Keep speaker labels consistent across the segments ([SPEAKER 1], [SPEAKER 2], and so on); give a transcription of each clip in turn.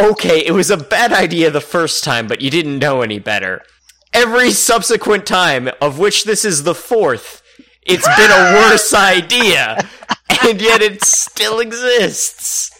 [SPEAKER 1] okay, it was a bad idea the first time, but you didn't know any better. Every subsequent time, of which this is the fourth, it's been a worse idea, and yet it still exists.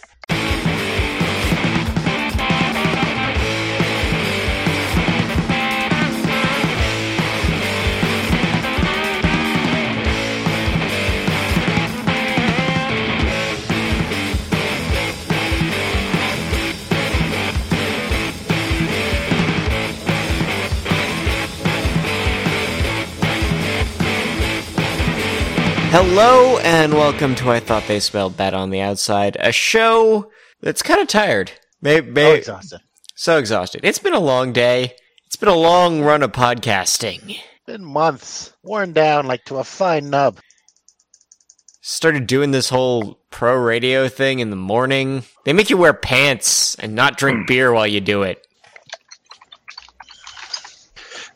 [SPEAKER 1] Hello, and welcome to I Thought They Spelled Bad on the Outside, a show that's kind of tired. May,
[SPEAKER 2] Oh,
[SPEAKER 1] may,
[SPEAKER 2] exhausted.
[SPEAKER 1] so exhausted. It's been a long day. It's been a long run of podcasting.
[SPEAKER 2] Been months, worn down like to a fine nub.
[SPEAKER 1] Started doing this whole pro radio thing in the morning. They make you wear pants and not drink beer while you do it.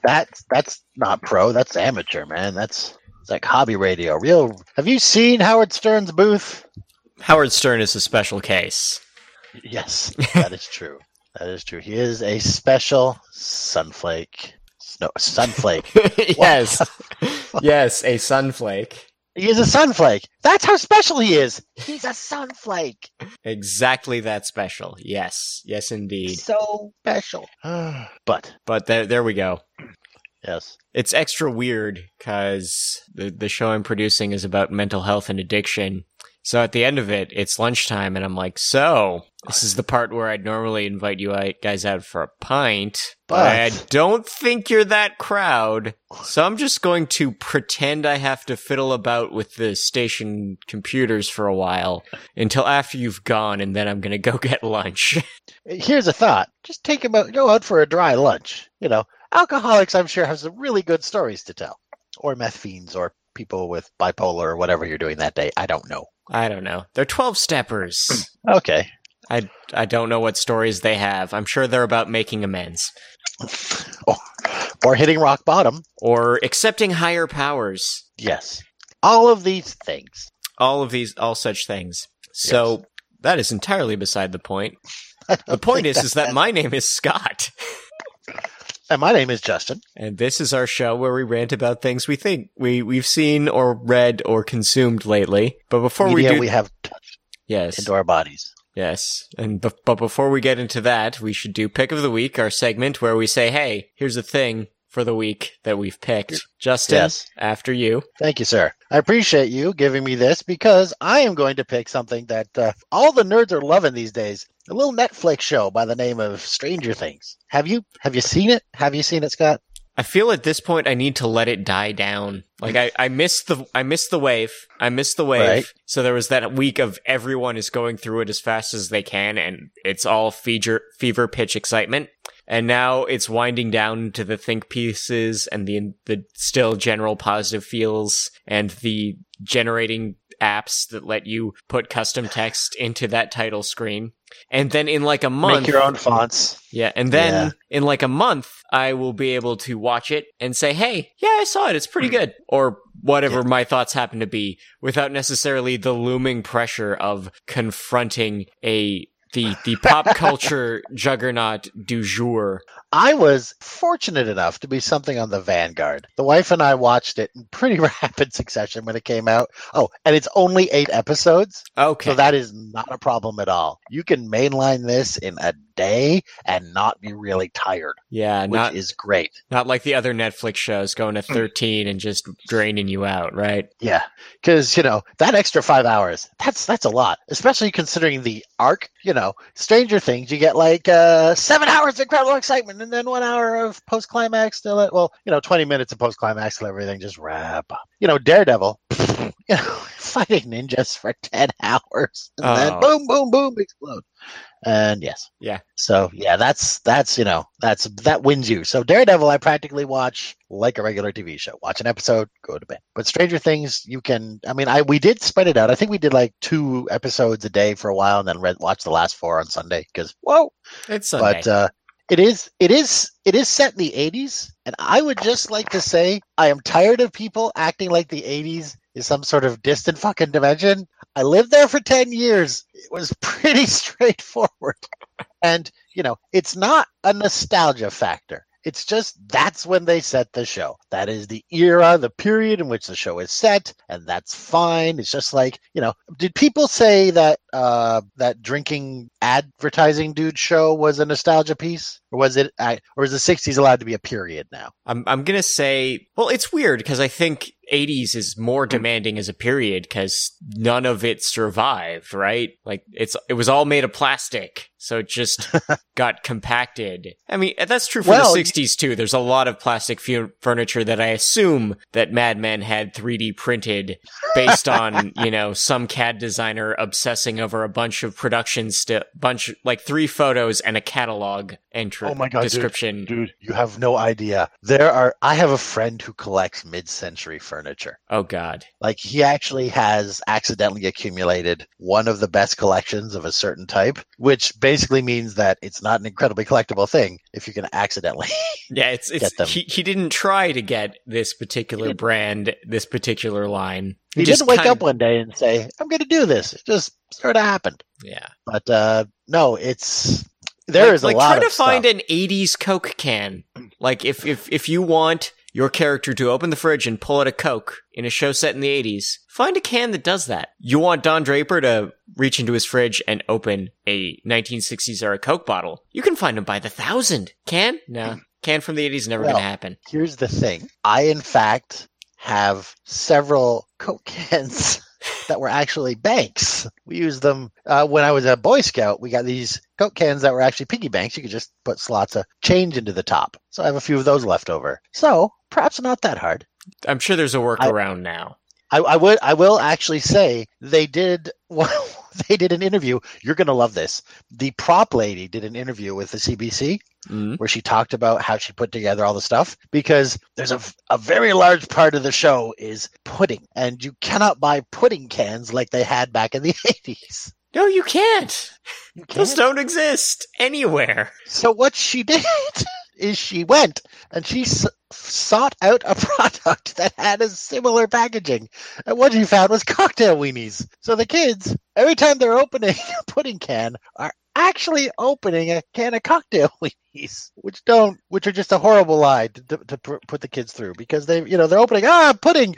[SPEAKER 2] That that's not pro. That's amateur, man. That's it's like hobby radio. Real. Have you seen Howard Stern's booth?
[SPEAKER 1] Howard Stern is a special case.
[SPEAKER 2] Yes, that is true. That is true. He is a special sunflake. No, sunflake.
[SPEAKER 1] yes. yes, a sunflake.
[SPEAKER 2] he is a sunflake. That's how special he is. He's a sunflake.
[SPEAKER 1] Exactly that special. Yes. Yes, indeed.
[SPEAKER 2] So special. but
[SPEAKER 1] But there, there we go.
[SPEAKER 2] yes,
[SPEAKER 1] It's extra weird because the, the show I'm producing is about mental health and addiction. So at the end of it, it's lunchtime, and I'm like, so this is the part where I'd normally invite you i- guys out for a pint, but, I
[SPEAKER 2] But-
[SPEAKER 1] don't think you're that crowd. So I'm just going to pretend I have to fiddle about with the station computers for a while until after you've gone, and then I'm going to go get lunch.
[SPEAKER 2] here's a thought just take him out go out for a dry lunch you know alcoholics i'm sure have some really good stories to tell or meth fiends or people with bipolar or whatever you're doing that day i don't know
[SPEAKER 1] I don't know. They're 12 steppers.
[SPEAKER 2] okay
[SPEAKER 1] I don't know what stories they have. I'm sure they're about making amends
[SPEAKER 2] or, or hitting rock bottom
[SPEAKER 1] or accepting higher powers.
[SPEAKER 2] yes all of these things
[SPEAKER 1] All of these, all such things. So that is entirely beside the point. The point is, is that my name is Scott,
[SPEAKER 2] and my name is justin
[SPEAKER 1] and this is our show where we rant about things we think we we've seen or read or consumed lately. But before
[SPEAKER 2] media
[SPEAKER 1] we
[SPEAKER 2] we,
[SPEAKER 1] do,
[SPEAKER 2] have touched
[SPEAKER 1] yes,
[SPEAKER 2] into our bodies
[SPEAKER 1] Yes. And b- but before we get into that, we should do pick of the week, our segment where we say, "Hey, here's a thing for the week that we've picked." Justin,
[SPEAKER 2] Yes.
[SPEAKER 1] after you.
[SPEAKER 2] Thank you, sir. I appreciate you giving me this because I am going to pick something that uh, all the nerds are loving these days. A little Netflix show by the name of Stranger Things. Have you have you seen it? Have you seen it, Scott?
[SPEAKER 1] I feel at this point I need to let it die down. Like I, I missed the I missed the wave. I missed the wave.
[SPEAKER 2] Right.
[SPEAKER 1] So there was that week of everyone is going through it as fast as they can and it's all fever fever pitch excitement. And now it's winding down to the think pieces and the the still general positive feels and the generating apps that let you put custom text into that title screen. And then in like a month
[SPEAKER 2] Make your own fonts.
[SPEAKER 1] yeah, and then in like a month, I will be able to watch it and say, "Hey, yeah, I saw it. It's pretty good," or whatever my thoughts happen to be, without necessarily the looming pressure of confronting a the the pop culture juggernaut du jour.
[SPEAKER 2] I was fortunate enough to be something on the Vanguard. The wife and I watched it in pretty rapid succession when it came out. Oh, and it's only eight episodes,
[SPEAKER 1] Okay,
[SPEAKER 2] so that is not a problem at all. You can mainline this in a day and not be really tired,
[SPEAKER 1] yeah,
[SPEAKER 2] which
[SPEAKER 1] not
[SPEAKER 2] is great.
[SPEAKER 1] not like the other Netflix shows going to thirteen and just draining you out, right?
[SPEAKER 2] Yeah, because you know that extra five hours. That's that's a lot, especially considering the arc. You know, Stranger Things. You get like uh, seven hours of incredible excitement, and then one hour of post climax. Till it, well, you know, twenty minutes of post climax till everything just wrap up. You know, Daredevil. You know, fighting ninjas for ten hours, and
[SPEAKER 1] Oh.
[SPEAKER 2] then boom, boom, boom, explode. And yes,
[SPEAKER 1] Yeah.
[SPEAKER 2] So yeah, that's that's you know that's that wins you. So Daredevil, I practically watch like a regular TV show. Watch an episode, go to bed. But Stranger Things, you can. I mean, I we did spread it out. I think we did like two episodes a day for a while, and then read watch the last four on Sunday because whoa,
[SPEAKER 1] It's Sunday.
[SPEAKER 2] but uh, it is it is it is set in the 80s and i would just like to say i am tired of people acting like the 80s is some sort of distant fucking dimension. I lived there for 10 years. It was pretty straightforward. And, you know, it's not a nostalgia factor. It's just that's when they set the show. That is the era, the period in which the show is set, and that's fine. It's just like, you know, did people say that uh that drinking advertising dude show was a nostalgia piece? Or was it I or is the 60s allowed to be a period now?
[SPEAKER 1] I'm I'm gonna say well, it's weird because I think 80s is more demanding as a period because none of it survived, right? Like it's it was all made of plastic, so it just got compacted. I mean, that's true for
[SPEAKER 2] Well,
[SPEAKER 1] the
[SPEAKER 2] y-
[SPEAKER 1] 60s too. There's a lot of plastic fu- furniture that I assume that Mad Men had 3D printed based on you know some CAD designer obsessing over a bunch of production sti- bunch like three photos and a catalog entry
[SPEAKER 2] Oh my God, dude.
[SPEAKER 1] description.
[SPEAKER 2] Dude, you have no idea. There are I have a friend who collects mid-century furniture.
[SPEAKER 1] Oh god.
[SPEAKER 2] Like he actually has accidentally accumulated one of the best collections of a certain type, which basically means that it's not an incredibly collectible thing if you can accidentally.
[SPEAKER 1] Yeah, it's it's
[SPEAKER 2] Get them.
[SPEAKER 1] he, he didn't try to get this particular brand, this particular line.
[SPEAKER 2] He
[SPEAKER 1] just
[SPEAKER 2] didn't wake
[SPEAKER 1] kind
[SPEAKER 2] up
[SPEAKER 1] of-
[SPEAKER 2] one day and say, "I'm going to do this." It just sort of happened.
[SPEAKER 1] Yeah.
[SPEAKER 2] But uh no, it's there
[SPEAKER 1] Like-
[SPEAKER 2] is
[SPEAKER 1] like,
[SPEAKER 2] a lot
[SPEAKER 1] try
[SPEAKER 2] of
[SPEAKER 1] to find
[SPEAKER 2] stuff.
[SPEAKER 1] an 80s Coke can. Like if if if you want your character to open the fridge and pull out a Coke in a show set in the 80s, find a can that does that. You want Don Draper to reach into his fridge and open a 1960s era Coke bottle. You can find them by the thousand. Can? No. Can from the 80s never
[SPEAKER 2] Mm. Well,
[SPEAKER 1] going to happen.
[SPEAKER 2] Here's the thing: I, in fact, have several Coke cans that were actually banks. We used them uh, when I was a Boy Scout. We got these Coke cans that were actually piggy banks. You could just put slots of change into the top. So I have a few of those left over. So perhaps not that hard.
[SPEAKER 1] I'm sure there's a workaround now.
[SPEAKER 2] I, I would I will actually say they did well, they did an interview. You're gonna love this. The prop lady did an interview with the CBC
[SPEAKER 1] Mm.
[SPEAKER 2] where she talked about how she put together all the stuff because there's a, v- a very large part of the show is pudding and you cannot buy pudding cans like they had back in the 80s.
[SPEAKER 1] No, you can't.
[SPEAKER 2] You
[SPEAKER 1] Those
[SPEAKER 2] can't.
[SPEAKER 1] don't exist anywhere.
[SPEAKER 2] So what she did is she went and she s- sought out a product that had a similar packaging, and what she found was cocktail weenies. So the kids, every time they're opening a pudding can, are actually opening a can of cocktail weenies, which don't, which are just a horrible lie to, to, to pr- put the kids through because they, you know, they're opening ah pudding,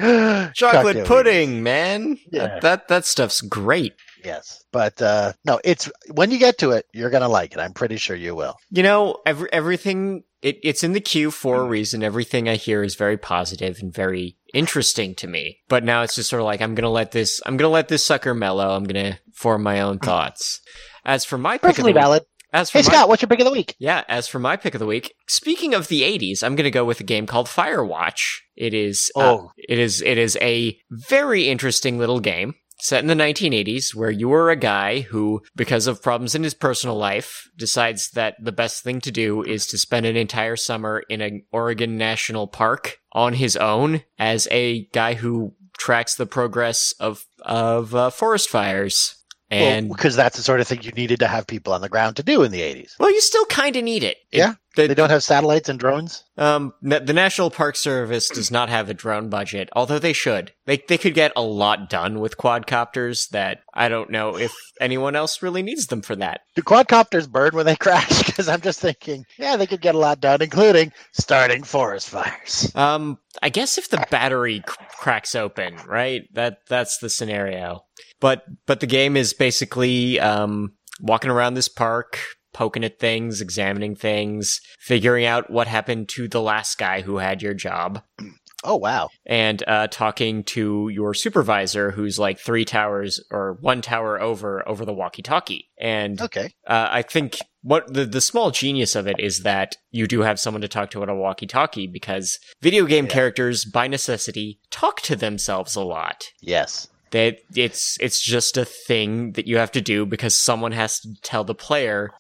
[SPEAKER 1] Chocolate
[SPEAKER 2] Cocktail
[SPEAKER 1] pudding, man.
[SPEAKER 2] Yeah.
[SPEAKER 1] That, that that stuff's great.
[SPEAKER 2] weenies. Yes, but uh, no, it's when you get to it, you're gonna like it. I'm pretty sure you will.
[SPEAKER 1] You know, every, everything it, it's in the queue for a reason. Everything I hear is very positive and very interesting to me. But now it's just sort of like I'm gonna let this I'm gonna let this sucker mellow. I'm gonna form my own thoughts. As for my pick
[SPEAKER 2] Perfectly
[SPEAKER 1] of the week,
[SPEAKER 2] valid.
[SPEAKER 1] as for
[SPEAKER 2] Hey
[SPEAKER 1] my-
[SPEAKER 2] Scott, what's your pick of the week?
[SPEAKER 1] Yeah, as for my pick of the week, speaking of the 80s, I'm going to go with a game called Firewatch. It is uh,
[SPEAKER 2] Oh.
[SPEAKER 1] it is it is a very interesting little game set in the 1980s where you are a guy who because of problems in his personal life decides that the best thing to do is to spend an entire summer in an Oregon national park on his own as a guy who tracks the progress of of uh, forest fires. And
[SPEAKER 2] because that's the sort of thing you needed to have people on the ground to do in the 80s.
[SPEAKER 1] well, you still kind of need it. It-
[SPEAKER 2] Yeah,
[SPEAKER 1] the-
[SPEAKER 2] They don't have satellites and drones.
[SPEAKER 1] Um, na- the National Park Service does not have a drone budget, although they should. They they could get a lot done with quadcopters. That I don't know if anyone else really needs them for that.
[SPEAKER 2] Do quadcopters burn when they crash? Because I'm just thinking, yeah, they could get a lot done, including starting forest fires.
[SPEAKER 1] Um, I guess if the battery c- cracks open, right? That that's the scenario. But but the game is basically um walking around this park, poking at things, examining things, figuring out what happened to the last guy who had your job.
[SPEAKER 2] Oh, wow.
[SPEAKER 1] and uh, talking to your supervisor who's like three towers or one tower over over the walkie-talkie and uh,
[SPEAKER 2] Okay.
[SPEAKER 1] i think what the, the small genius of it is that you do have someone to talk to on a walkie-talkie because video game
[SPEAKER 2] Yeah.
[SPEAKER 1] characters by necessity talk to themselves a lot
[SPEAKER 2] Yes.
[SPEAKER 1] that it's it's just a thing that you have to do because someone has to tell the player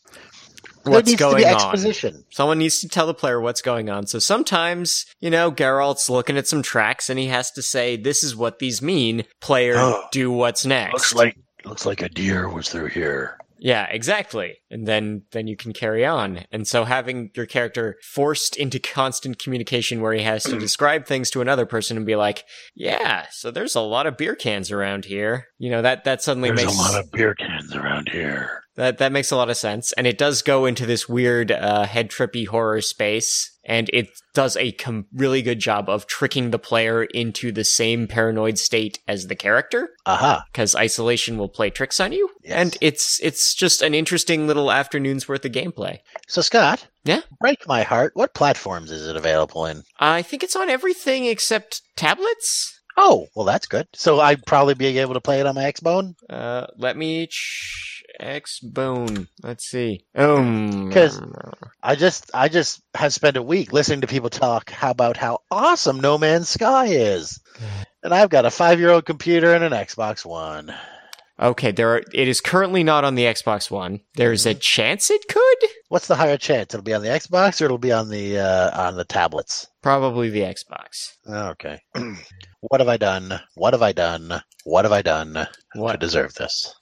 [SPEAKER 2] there
[SPEAKER 1] what's
[SPEAKER 2] needs
[SPEAKER 1] going
[SPEAKER 2] to be
[SPEAKER 1] on
[SPEAKER 2] exposition.
[SPEAKER 1] Someone needs to tell the player what's going on. So sometimes, you know, Geralt's looking at some tracks and he has to say, this is what these mean. Player,
[SPEAKER 2] Oh.
[SPEAKER 1] do what's next.
[SPEAKER 2] like looks like a deer was through here.
[SPEAKER 1] Yeah, exactly. And then then you can carry on. And so having your character forced into constant communication where he has to describe things to another person and be like, "Yeah, so there's a lot of beer cans around here." You know, that that suddenly
[SPEAKER 2] There's
[SPEAKER 1] makes
[SPEAKER 2] a lot of beer cans around here.
[SPEAKER 1] that that makes a lot of sense, and it does go into this weird uh, head trippy horror space, and it does a com- really good job of tricking the player into the same paranoid state as the character,
[SPEAKER 2] Aha.
[SPEAKER 1] because isolation will play tricks on you,
[SPEAKER 2] Yes.
[SPEAKER 1] and it's it's just an interesting little afternoon's worth of gameplay.
[SPEAKER 2] So Scott.
[SPEAKER 1] Yeah?
[SPEAKER 2] Break my heart. What platforms is it available in?
[SPEAKER 1] I think it's on everything except tablets.
[SPEAKER 2] Oh, well that's good. So I'd probably be able to play it on my Xbone?
[SPEAKER 1] Uh, let me ch- X bone. Let's see. Um,
[SPEAKER 2] 'Cause- I just I just have spent a week listening to people talk how about how awesome No Man's Sky is. And I've got a five year old computer and an Xbox One.
[SPEAKER 1] okay, there. Are, it is currently not on the Xbox One. There's a chance it could.
[SPEAKER 2] What's the higher chance? It'll be on the Xbox or it'll be on the uh, on the tablets.
[SPEAKER 1] Probably the Xbox.
[SPEAKER 2] Okay. what have I done? What have I done? What have I done to
[SPEAKER 1] What?
[SPEAKER 2] deserve this?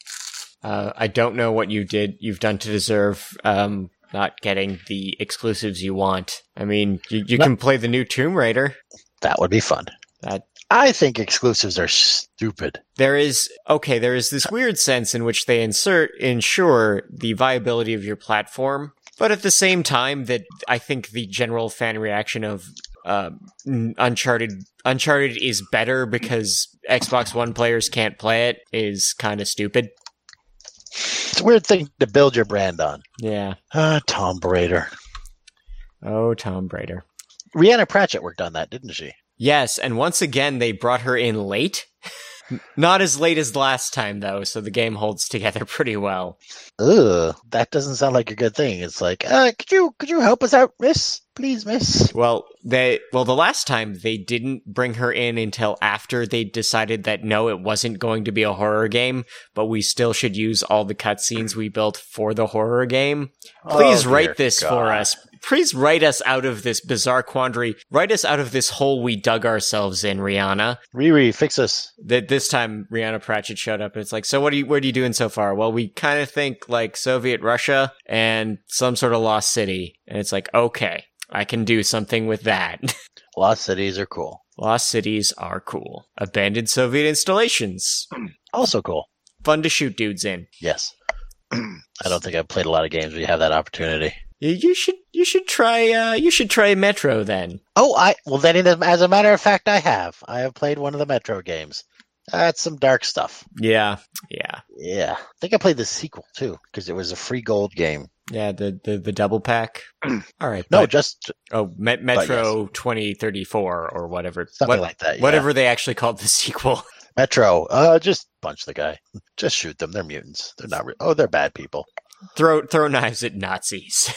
[SPEAKER 1] Uh, I don't know what you did. You've done to deserve um, not getting the exclusives you want. I mean, you, you
[SPEAKER 2] No.
[SPEAKER 1] can play the new Tomb Raider.
[SPEAKER 2] That would be fun.
[SPEAKER 1] That-
[SPEAKER 2] I think exclusives are stupid.
[SPEAKER 1] There is okay. There is this weird sense in which they insert ensure the viability of your platform, but at the same time, that I think the general fan reaction of uh, n- Uncharted Uncharted is better because Xbox One players can't play it is kind of stupid.
[SPEAKER 2] It's a weird thing to build your brand on.
[SPEAKER 1] Yeah.
[SPEAKER 2] Ah, Tom Brader.
[SPEAKER 1] Oh, Tom Brady.
[SPEAKER 2] Rihanna Pratchett worked on that, didn't she?
[SPEAKER 1] Yes, and once again they brought her in late. Not as late as last time though, so the game holds together pretty well.
[SPEAKER 2] Ugh, that doesn't sound like a good thing. It's like, uh, could you could you help us out, miss? Please, miss.
[SPEAKER 1] Well, they well the last time they didn't bring her in until after they decided that no it wasn't going to be a horror game, but we still should use all the cutscenes we built for the horror game. Please
[SPEAKER 2] Oh, dear
[SPEAKER 1] write this for
[SPEAKER 2] God.
[SPEAKER 1] us. Please write us out of this bizarre quandary. Write us out of this hole we dug ourselves in, Rihanna.
[SPEAKER 2] Riri, fix us.
[SPEAKER 1] that this time Rihanna Pratchett showed up and it's like, so what are you, what are you doing so far? Well, we kind of think like Soviet Russia and some sort of lost city. And it's like, okay, I can do something with that.
[SPEAKER 2] Lost cities are cool.
[SPEAKER 1] lost cities are cool. Abandoned Soviet installations.
[SPEAKER 2] Also cool.
[SPEAKER 1] Fun to shoot dudes in.
[SPEAKER 2] Yes. I don't think I've played a lot of games where you have that opportunity.
[SPEAKER 1] You, you should, you should try, uh, you should try Metro then.
[SPEAKER 2] Oh, I well then it is- as a matter of fact I have. I have played one of the Metro games. That's some dark stuff.
[SPEAKER 1] Yeah. Yeah.
[SPEAKER 2] Yeah. I think I played the sequel too because it was a free gold game.
[SPEAKER 1] Yeah. The, the, the double pack. All right.
[SPEAKER 2] No,
[SPEAKER 1] but-
[SPEAKER 2] just
[SPEAKER 1] oh, Met- Metro 2034 or whatever.
[SPEAKER 2] something
[SPEAKER 1] What-
[SPEAKER 2] like that. yeah.
[SPEAKER 1] Whatever they actually called the sequel.
[SPEAKER 2] Metro. Uh just punch the guy. Just shoot them. They're mutants. They're not re- Oh, they're bad people.
[SPEAKER 1] throw throw knives at Nazis.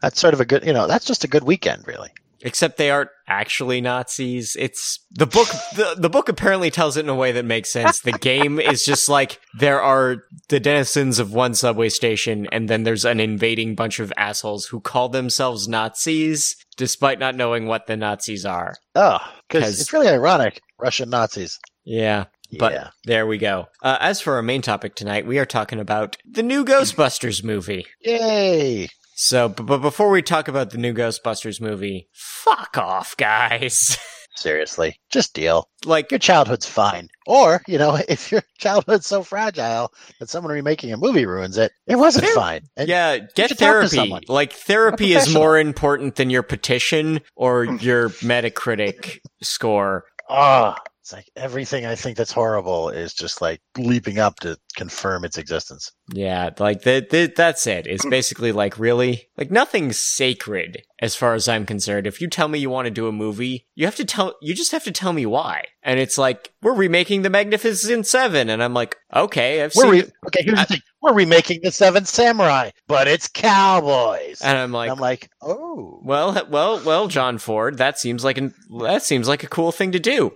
[SPEAKER 2] That's sort of a good, you know, that's just a good weekend really.
[SPEAKER 1] Except they aren't actually Nazis. It's the book. The, the book apparently tells it in a way that makes sense. The game is just like there are the denizens of one subway station, and then there's an invading bunch of assholes who call themselves Nazis, despite not knowing what the Nazis are.
[SPEAKER 2] Oh,
[SPEAKER 1] 'Cause-
[SPEAKER 2] cuz it's really ironic. Russian Nazis.
[SPEAKER 1] Yeah, But-
[SPEAKER 2] yeah.
[SPEAKER 1] there we go. Uh, as for our main topic tonight, we are talking about the new Ghostbusters movie.
[SPEAKER 2] Yay.
[SPEAKER 1] So, but but before we talk about the new Ghostbusters movie, fuck off, guys.
[SPEAKER 2] Seriously. Just deal.
[SPEAKER 1] like,
[SPEAKER 2] your childhood's fine. Or, you know, if your childhood's so fragile that someone remaking a movie ruins it, it wasn't
[SPEAKER 1] Yeah.
[SPEAKER 2] fine. And
[SPEAKER 1] yeah, get
[SPEAKER 2] should talk to
[SPEAKER 1] therapy.
[SPEAKER 2] someone.
[SPEAKER 1] Like therapy
[SPEAKER 2] A
[SPEAKER 1] is
[SPEAKER 2] professional.
[SPEAKER 1] more important than your petition or your Metacritic score.
[SPEAKER 2] ah, it's like everything I think that's horrible is just like leaping up to confirm its existence.
[SPEAKER 1] Yeah, like that. Th- that's it. It's basically like really like nothing's sacred as far as I'm concerned. If you tell me you want to do a movie, you have to tell. You just have to tell me why. And it's like we're remaking The Magnificent Seven, and I'm like, okay, I've
[SPEAKER 2] We're
[SPEAKER 1] seen.
[SPEAKER 2] re- okay, here's the thing. We're remaking the Seven Samurai, but it's cowboys.
[SPEAKER 1] and I'm like,
[SPEAKER 2] And I'm like, oh,
[SPEAKER 1] Well, well, well, John Ford. That seems like an that seems like a cool thing to do.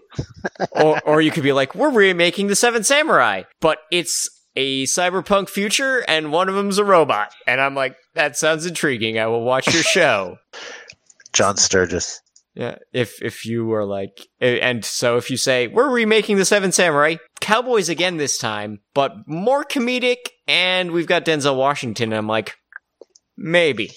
[SPEAKER 1] or, or you could be like, we're remaking the Seven Samurai, but it's a cyberpunk future, and one of them's a robot. And I'm like, that sounds intriguing. I will watch your show.
[SPEAKER 2] John Sturgis.
[SPEAKER 1] yeah, if if you are like, eh, and so if you say we're remaking the Seven Samurai, cowboys again this time, but more comedic and we've got Denzel Washington. And I'm like, maybe.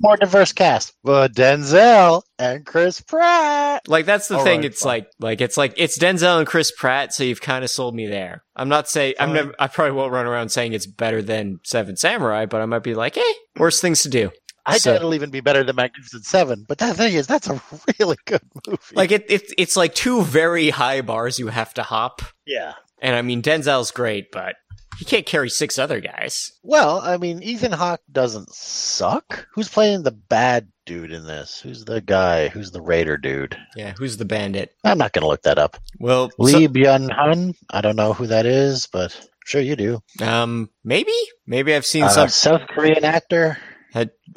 [SPEAKER 2] More diverse cast. Well, Denzel and Chris Pratt.
[SPEAKER 1] Like that's the
[SPEAKER 2] All
[SPEAKER 1] thing.
[SPEAKER 2] right,
[SPEAKER 1] it's
[SPEAKER 2] fine.
[SPEAKER 1] like like it's like it's Denzel and Chris Pratt, so you've kind of sold me there. I'm not saying I'm
[SPEAKER 2] Fine.
[SPEAKER 1] never. I probably won't run around saying it's better than Seven Samurai, but I might be like, eh, worse things to do.
[SPEAKER 2] I
[SPEAKER 1] So-
[SPEAKER 2] doubt it'll even be better than Magnificent Seven, but that thing is, that's a really good movie.
[SPEAKER 1] Like it, it it's like two very high bars you have to hop.
[SPEAKER 2] yeah.
[SPEAKER 1] And I mean Denzel's great, but he can't carry six other guys.
[SPEAKER 2] Well, I mean, Ethan Hawke doesn't suck. Who's playing the bad dude in this? Who's the guy? Who's the Raider dude?
[SPEAKER 1] Yeah, who's the bandit?
[SPEAKER 2] I'm not going to look that up.
[SPEAKER 1] Well,
[SPEAKER 2] Lee Byung Hun. I don't know who that is, but I'm sure you do.
[SPEAKER 1] so- um, maybe maybe I've seen
[SPEAKER 2] Uh,
[SPEAKER 1] some.
[SPEAKER 2] South Korean actor.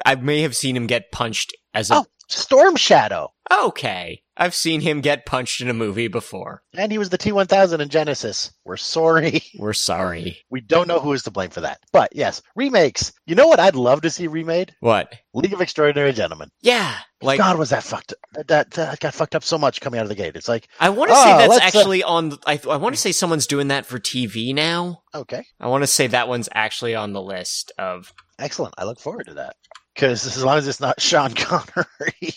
[SPEAKER 1] I may have seen him get punched as a.
[SPEAKER 2] Oh. Storm Shadow.
[SPEAKER 1] Okay, I've seen him get punched in a movie before.
[SPEAKER 2] And he was the T1000 in Genesis. We're sorry.
[SPEAKER 1] We're sorry.
[SPEAKER 2] We don't know who is to blame for that. But yes, remakes. You know what I'd love to see remade?
[SPEAKER 1] What?
[SPEAKER 2] League of Extraordinary Gentlemen.
[SPEAKER 1] Yeah, like
[SPEAKER 2] God, was that fucked up. That, that got fucked up so much coming out of the gate. It's like,
[SPEAKER 1] I want to
[SPEAKER 2] Oh,
[SPEAKER 1] say that's
[SPEAKER 2] let's, uh,
[SPEAKER 1] actually on. I I want to say someone's doing that for TV now.
[SPEAKER 2] okay.
[SPEAKER 1] I want to say that one's actually on the list of.
[SPEAKER 2] Excellent. I look forward to that. Because as long as it's not Sean Connery,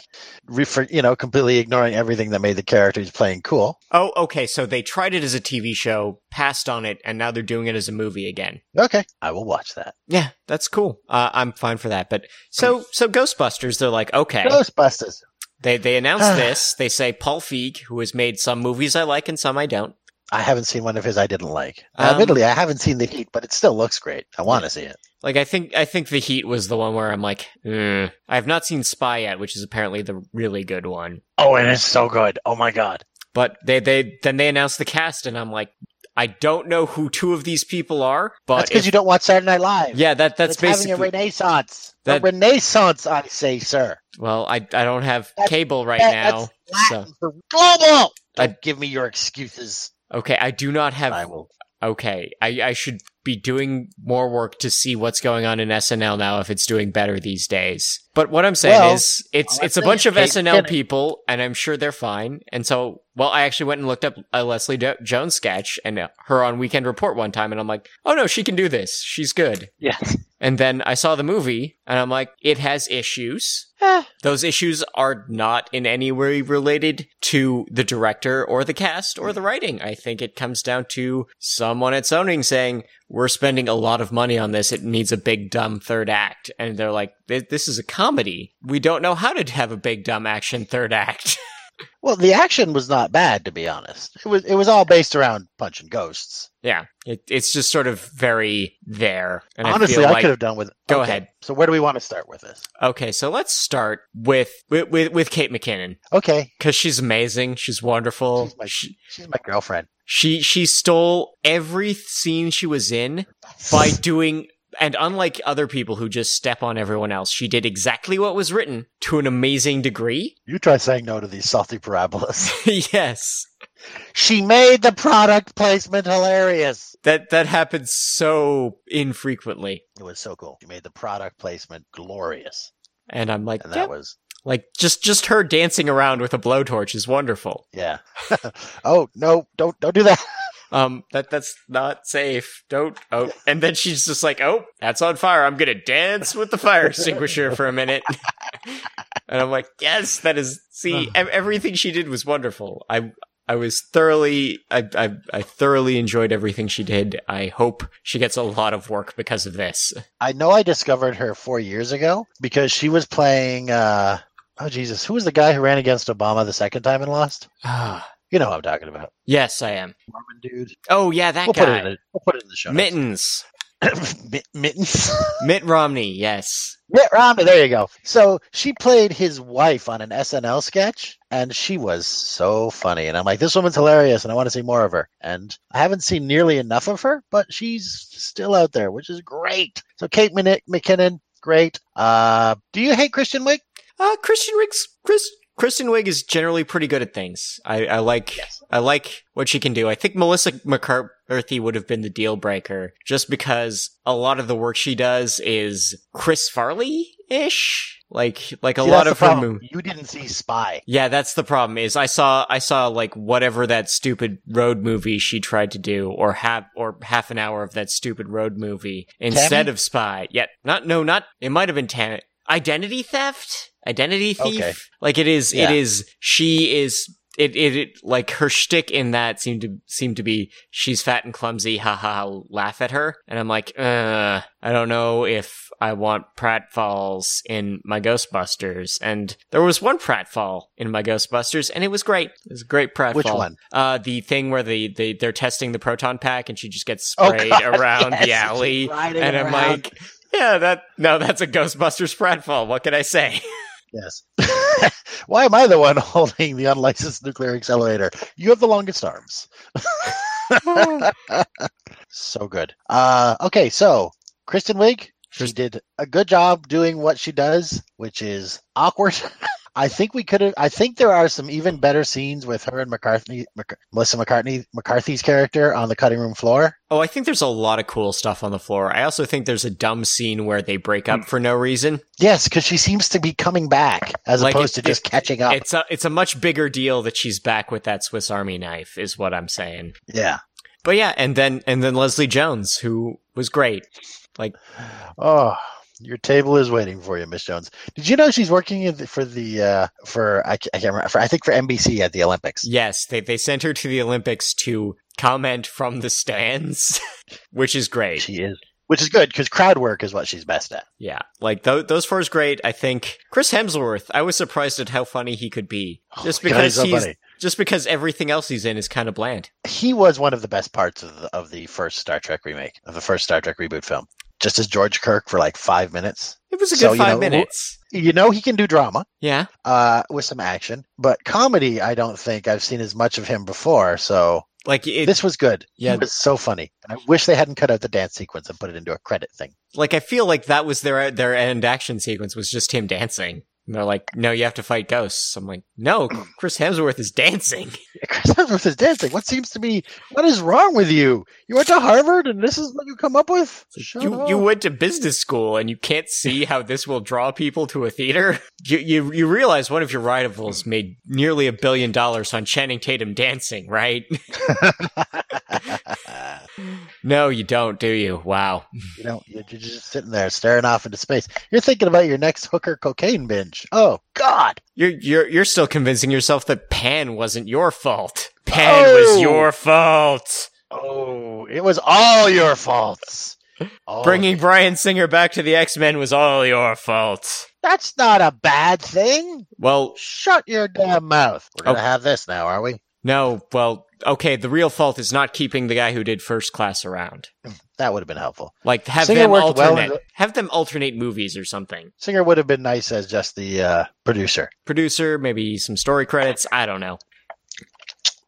[SPEAKER 2] re- for, you know, completely ignoring everything that made the character he's playing cool.
[SPEAKER 1] Oh, okay. So they tried it as a TV show, passed on it, and now they're doing it as a movie again.
[SPEAKER 2] Okay, I will watch that.
[SPEAKER 1] Yeah, that's cool. Uh, I'm fine for that. But so so Ghostbusters, they're like, okay,
[SPEAKER 2] Ghostbusters.
[SPEAKER 1] they they announce
[SPEAKER 2] Ah.
[SPEAKER 1] this. They say Paul Feig, who has made some movies I like and some I don't.
[SPEAKER 2] I haven't seen one of his I didn't like. Uh,
[SPEAKER 1] Um,
[SPEAKER 2] Admittedly, I haven't seen The Heat, but it still looks great. I want to see it.
[SPEAKER 1] Like I think I think The Heat was the one where I'm like, mm. I have not seen Spy yet, which is apparently the really good one.
[SPEAKER 2] Oh, and it's so good. Oh my god.
[SPEAKER 1] But they they then they announced the cast, and I'm like, I don't know who two of these people are,
[SPEAKER 2] That's
[SPEAKER 1] but
[SPEAKER 2] because
[SPEAKER 1] if-
[SPEAKER 2] you don't watch Saturday Night Live.
[SPEAKER 1] yeah, that that's
[SPEAKER 2] it's
[SPEAKER 1] basically
[SPEAKER 2] having a renaissance.
[SPEAKER 1] That-
[SPEAKER 2] a renaissance, I say, sir.
[SPEAKER 1] well, I I don't have
[SPEAKER 2] That's-
[SPEAKER 1] cable right
[SPEAKER 2] That-
[SPEAKER 1] now,
[SPEAKER 2] that's
[SPEAKER 1] so
[SPEAKER 2] Latin for global.
[SPEAKER 1] I-
[SPEAKER 2] Don't give me your excuses.
[SPEAKER 1] okay, I do not
[SPEAKER 2] I
[SPEAKER 1] have.
[SPEAKER 2] will.
[SPEAKER 1] Okay, I I should be doing more work to see what's going on in SNL now if it's doing better these days. But what I'm saying
[SPEAKER 2] Well,
[SPEAKER 1] is, it's
[SPEAKER 2] all I'm
[SPEAKER 1] it's a
[SPEAKER 2] saying
[SPEAKER 1] bunch
[SPEAKER 2] is
[SPEAKER 1] of
[SPEAKER 2] Kate
[SPEAKER 1] SNL
[SPEAKER 2] McKinnon.
[SPEAKER 1] people, and I'm sure they're fine. And so, well, I actually went and looked up a Leslie Jo- Jones sketch and uh, her on Weekend Report one time, and I'm like, oh no, she can do this. She's good.
[SPEAKER 2] Yeah.
[SPEAKER 1] And then I saw the movie and I'm like, it has issues.
[SPEAKER 2] Eh,
[SPEAKER 1] Those issues are not in any way related to the director or the cast or the writing. I think it comes down to someone at Sony saying, we're spending a lot of money on this. It needs a big dumb third act. And they're like, "Th- this is a comedy. We don't know how to have a big dumb action third act.
[SPEAKER 2] Well, the action was not bad, to be honest. It was. It was all based around punching ghosts.
[SPEAKER 1] yeah. It, it's just sort of very there. And
[SPEAKER 2] Honestly, I, could have done with.
[SPEAKER 1] Go
[SPEAKER 2] Okay,
[SPEAKER 1] ahead.
[SPEAKER 2] So, where do we want to start with this?
[SPEAKER 1] okay, so let's start with, with, with, with Kate McKinnon.
[SPEAKER 2] Okay,
[SPEAKER 1] because she's amazing. She's wonderful.
[SPEAKER 2] She's my-
[SPEAKER 1] she,
[SPEAKER 2] she's my girlfriend.
[SPEAKER 1] she she stole every scene she was in by doing. And unlike other people who just step on everyone else, she did exactly what was written to an amazing degree.
[SPEAKER 2] You try saying no to these salty parabolas.
[SPEAKER 1] yes,
[SPEAKER 2] she made the product placement hilarious.
[SPEAKER 1] that that happens so infrequently,
[SPEAKER 2] It was so cool. She made the product placement glorious,
[SPEAKER 1] and I'm like,
[SPEAKER 2] and that
[SPEAKER 1] "Yep."
[SPEAKER 2] was
[SPEAKER 1] like just just her dancing around with a blowtorch is wonderful.
[SPEAKER 2] yeah. oh no! Don't don't do that.
[SPEAKER 1] Um, that that's not safe. Don't. Oh, and then she's just like, "Oh, that's on fire. I'm gonna dance with the fire extinguisher for a minute." and I'm like, "Yes, that is." See, ev- everything she did was wonderful. I I was thoroughly I, I I thoroughly enjoyed everything she did. I hope she gets a lot of work because of this.
[SPEAKER 2] I know I discovered her four years ago because she was playing. Uh, oh Jesus, who was the guy who ran against Obama the second time and lost?
[SPEAKER 1] Ah,
[SPEAKER 2] You know who I'm talking about,
[SPEAKER 1] yes, I am.
[SPEAKER 2] Mormon dude.
[SPEAKER 1] Oh yeah, that
[SPEAKER 2] We'll put it in.
[SPEAKER 1] guy.
[SPEAKER 2] The, we'll put it in the show. notes.
[SPEAKER 1] Mittens,
[SPEAKER 2] Mitt- Mittens.
[SPEAKER 1] Mitt Romney. Yes.
[SPEAKER 2] Mitt Romney. There you go. So she played his wife on an SNL sketch, and she was so funny. And I'm like, this woman's hilarious, and I want to see more of her. And I haven't seen nearly enough of her, but she's still out there, which is great. So Kate Min- McKinnon, great. Uh, do you hate Christian Wiig?
[SPEAKER 1] Uh, Christian Wiig's Chris Kristen Wiig is generally pretty good at things. I, I like
[SPEAKER 2] Yes.
[SPEAKER 1] I like what she can do. I think Melissa McCarthy would have been the deal breaker just because a lot of the work she does is Chris Farley ish. Like like a
[SPEAKER 2] See,
[SPEAKER 1] lot
[SPEAKER 2] that's
[SPEAKER 1] of
[SPEAKER 2] the
[SPEAKER 1] her
[SPEAKER 2] problem.
[SPEAKER 1] movies.
[SPEAKER 2] You didn't see Spy.
[SPEAKER 1] Yeah, that's the problem. Is I saw I saw like whatever that stupid road movie she tried to do, or half or half an hour of that stupid road movie instead
[SPEAKER 2] Tammy?
[SPEAKER 1] of Spy. Yet not no not it might have been Tan- Identity theft, identity thief.
[SPEAKER 2] Okay.
[SPEAKER 1] Like it is
[SPEAKER 2] Yeah.
[SPEAKER 1] it is she is. It, it, it like her shtick in that seemed to seemed to be she's fat and clumsy ha ha ha, laugh at her and I'm like uh I don't know if I want pratfalls in my Ghostbusters and there was one pratfall in my Ghostbusters and it was great it was a great pratfall
[SPEAKER 2] Which one?
[SPEAKER 1] uh the thing where they they they're testing the proton pack and she just gets
[SPEAKER 2] Oh,
[SPEAKER 1] sprayed
[SPEAKER 2] God,
[SPEAKER 1] around the
[SPEAKER 2] yes.
[SPEAKER 1] alley
[SPEAKER 2] Riding
[SPEAKER 1] and I'm
[SPEAKER 2] around.
[SPEAKER 1] like yeah that no that's a Ghostbusters pratfall what can I say
[SPEAKER 2] Yes. Why am I the one holding the unlicensed nuclear accelerator? You have the longest arms. so good. Uh, okay, so Kristen Wiig, she
[SPEAKER 1] Krist-
[SPEAKER 2] did a good job doing what she does, which is awkward. I think we could have. I think there are some even better scenes with her and McCartney, Mc, Melissa McCartney, McCarthy's character on the cutting room floor.
[SPEAKER 1] Oh, I think there's a lot of cool stuff on the floor. I also think there's a dumb scene where they break
[SPEAKER 2] Hmm.
[SPEAKER 1] up for no reason.
[SPEAKER 2] Yes, because she seems to be coming back as
[SPEAKER 1] Like,
[SPEAKER 2] opposed
[SPEAKER 1] it-
[SPEAKER 2] to just catching up.
[SPEAKER 1] It's a it's a much bigger deal that she's back with that Swiss Army knife, is what I'm saying.
[SPEAKER 2] yeah.
[SPEAKER 1] But yeah, and then and then Leslie Jones, who was great.
[SPEAKER 2] Oh, your table is waiting for you, Miss Jones. Did you know she's working in the, for the uh, for I, ca- I can't remember. For, I think for NBC at the Olympics.
[SPEAKER 1] Yes, they they sent her to the Olympics to comment from the stands, which is great.
[SPEAKER 2] She is, which is good because crowd work is what she's best at.
[SPEAKER 1] Yeah, like th- those four is great. I think Chris Hemsworth. I was surprised at how funny he could be,
[SPEAKER 2] Oh
[SPEAKER 1] just
[SPEAKER 2] my God,
[SPEAKER 1] because
[SPEAKER 2] he's so
[SPEAKER 1] he's
[SPEAKER 2] funny.
[SPEAKER 1] just because everything else he's in is kind of bland.
[SPEAKER 2] he was one of the best parts of the, of the first Star Trek remake of the first Star Trek reboot film. Just as George Kirk for like five minutes.
[SPEAKER 1] It was a good
[SPEAKER 2] So, you
[SPEAKER 1] five
[SPEAKER 2] know,
[SPEAKER 1] minutes.
[SPEAKER 2] You know he can do drama.
[SPEAKER 1] Yeah,
[SPEAKER 2] Uh, with some action, but comedy, I don't think I've seen as much of him before. So
[SPEAKER 1] like it,
[SPEAKER 2] this was good.
[SPEAKER 1] Yeah.
[SPEAKER 2] he was so funny. I wish they hadn't cut out the dance sequence and put it into a credit thing.
[SPEAKER 1] like I feel like that was their their end action sequence was just him dancing. And they're like, "No, you have to fight ghosts." I'm like, "No, Chris Hemsworth is dancing."
[SPEAKER 2] Chris Hemsworth is dancing. What seems to be what is wrong with you? You went to Harvard and this is what you come up with? Shut
[SPEAKER 1] you
[SPEAKER 2] up.
[SPEAKER 1] you went to business school and you can't see how this will draw people to a theater. You you you realize one of your rivals made nearly a billion dollars on Channing Tatum dancing, right? no, you don't, do you? Wow.
[SPEAKER 2] you know, you're you're just sitting there staring off into space. You're thinking about your next hooker cocaine binge. Oh God.
[SPEAKER 1] You're you're you're still convincing yourself that Pan wasn't your fault. Pan was
[SPEAKER 2] Oh!
[SPEAKER 1] your fault.
[SPEAKER 2] Oh, it was all your faults. All
[SPEAKER 1] Bringing
[SPEAKER 2] of it.
[SPEAKER 1] Brian Singer back to the X Men was all your fault.
[SPEAKER 2] that's not a bad thing.
[SPEAKER 1] Well,
[SPEAKER 2] Shut your damn mouth. We're gonna
[SPEAKER 1] Oh.
[SPEAKER 2] have this now, are we?
[SPEAKER 1] no, well, okay, the real fault is not keeping the guy who did First Class around.
[SPEAKER 2] That would have been helpful.
[SPEAKER 1] Like, have
[SPEAKER 2] Singer
[SPEAKER 1] them
[SPEAKER 2] worked well in
[SPEAKER 1] alternate. have them alternate movies or something.
[SPEAKER 2] Singer would have been nice as just the uh, producer.
[SPEAKER 1] Producer, maybe some story credits, I don't know.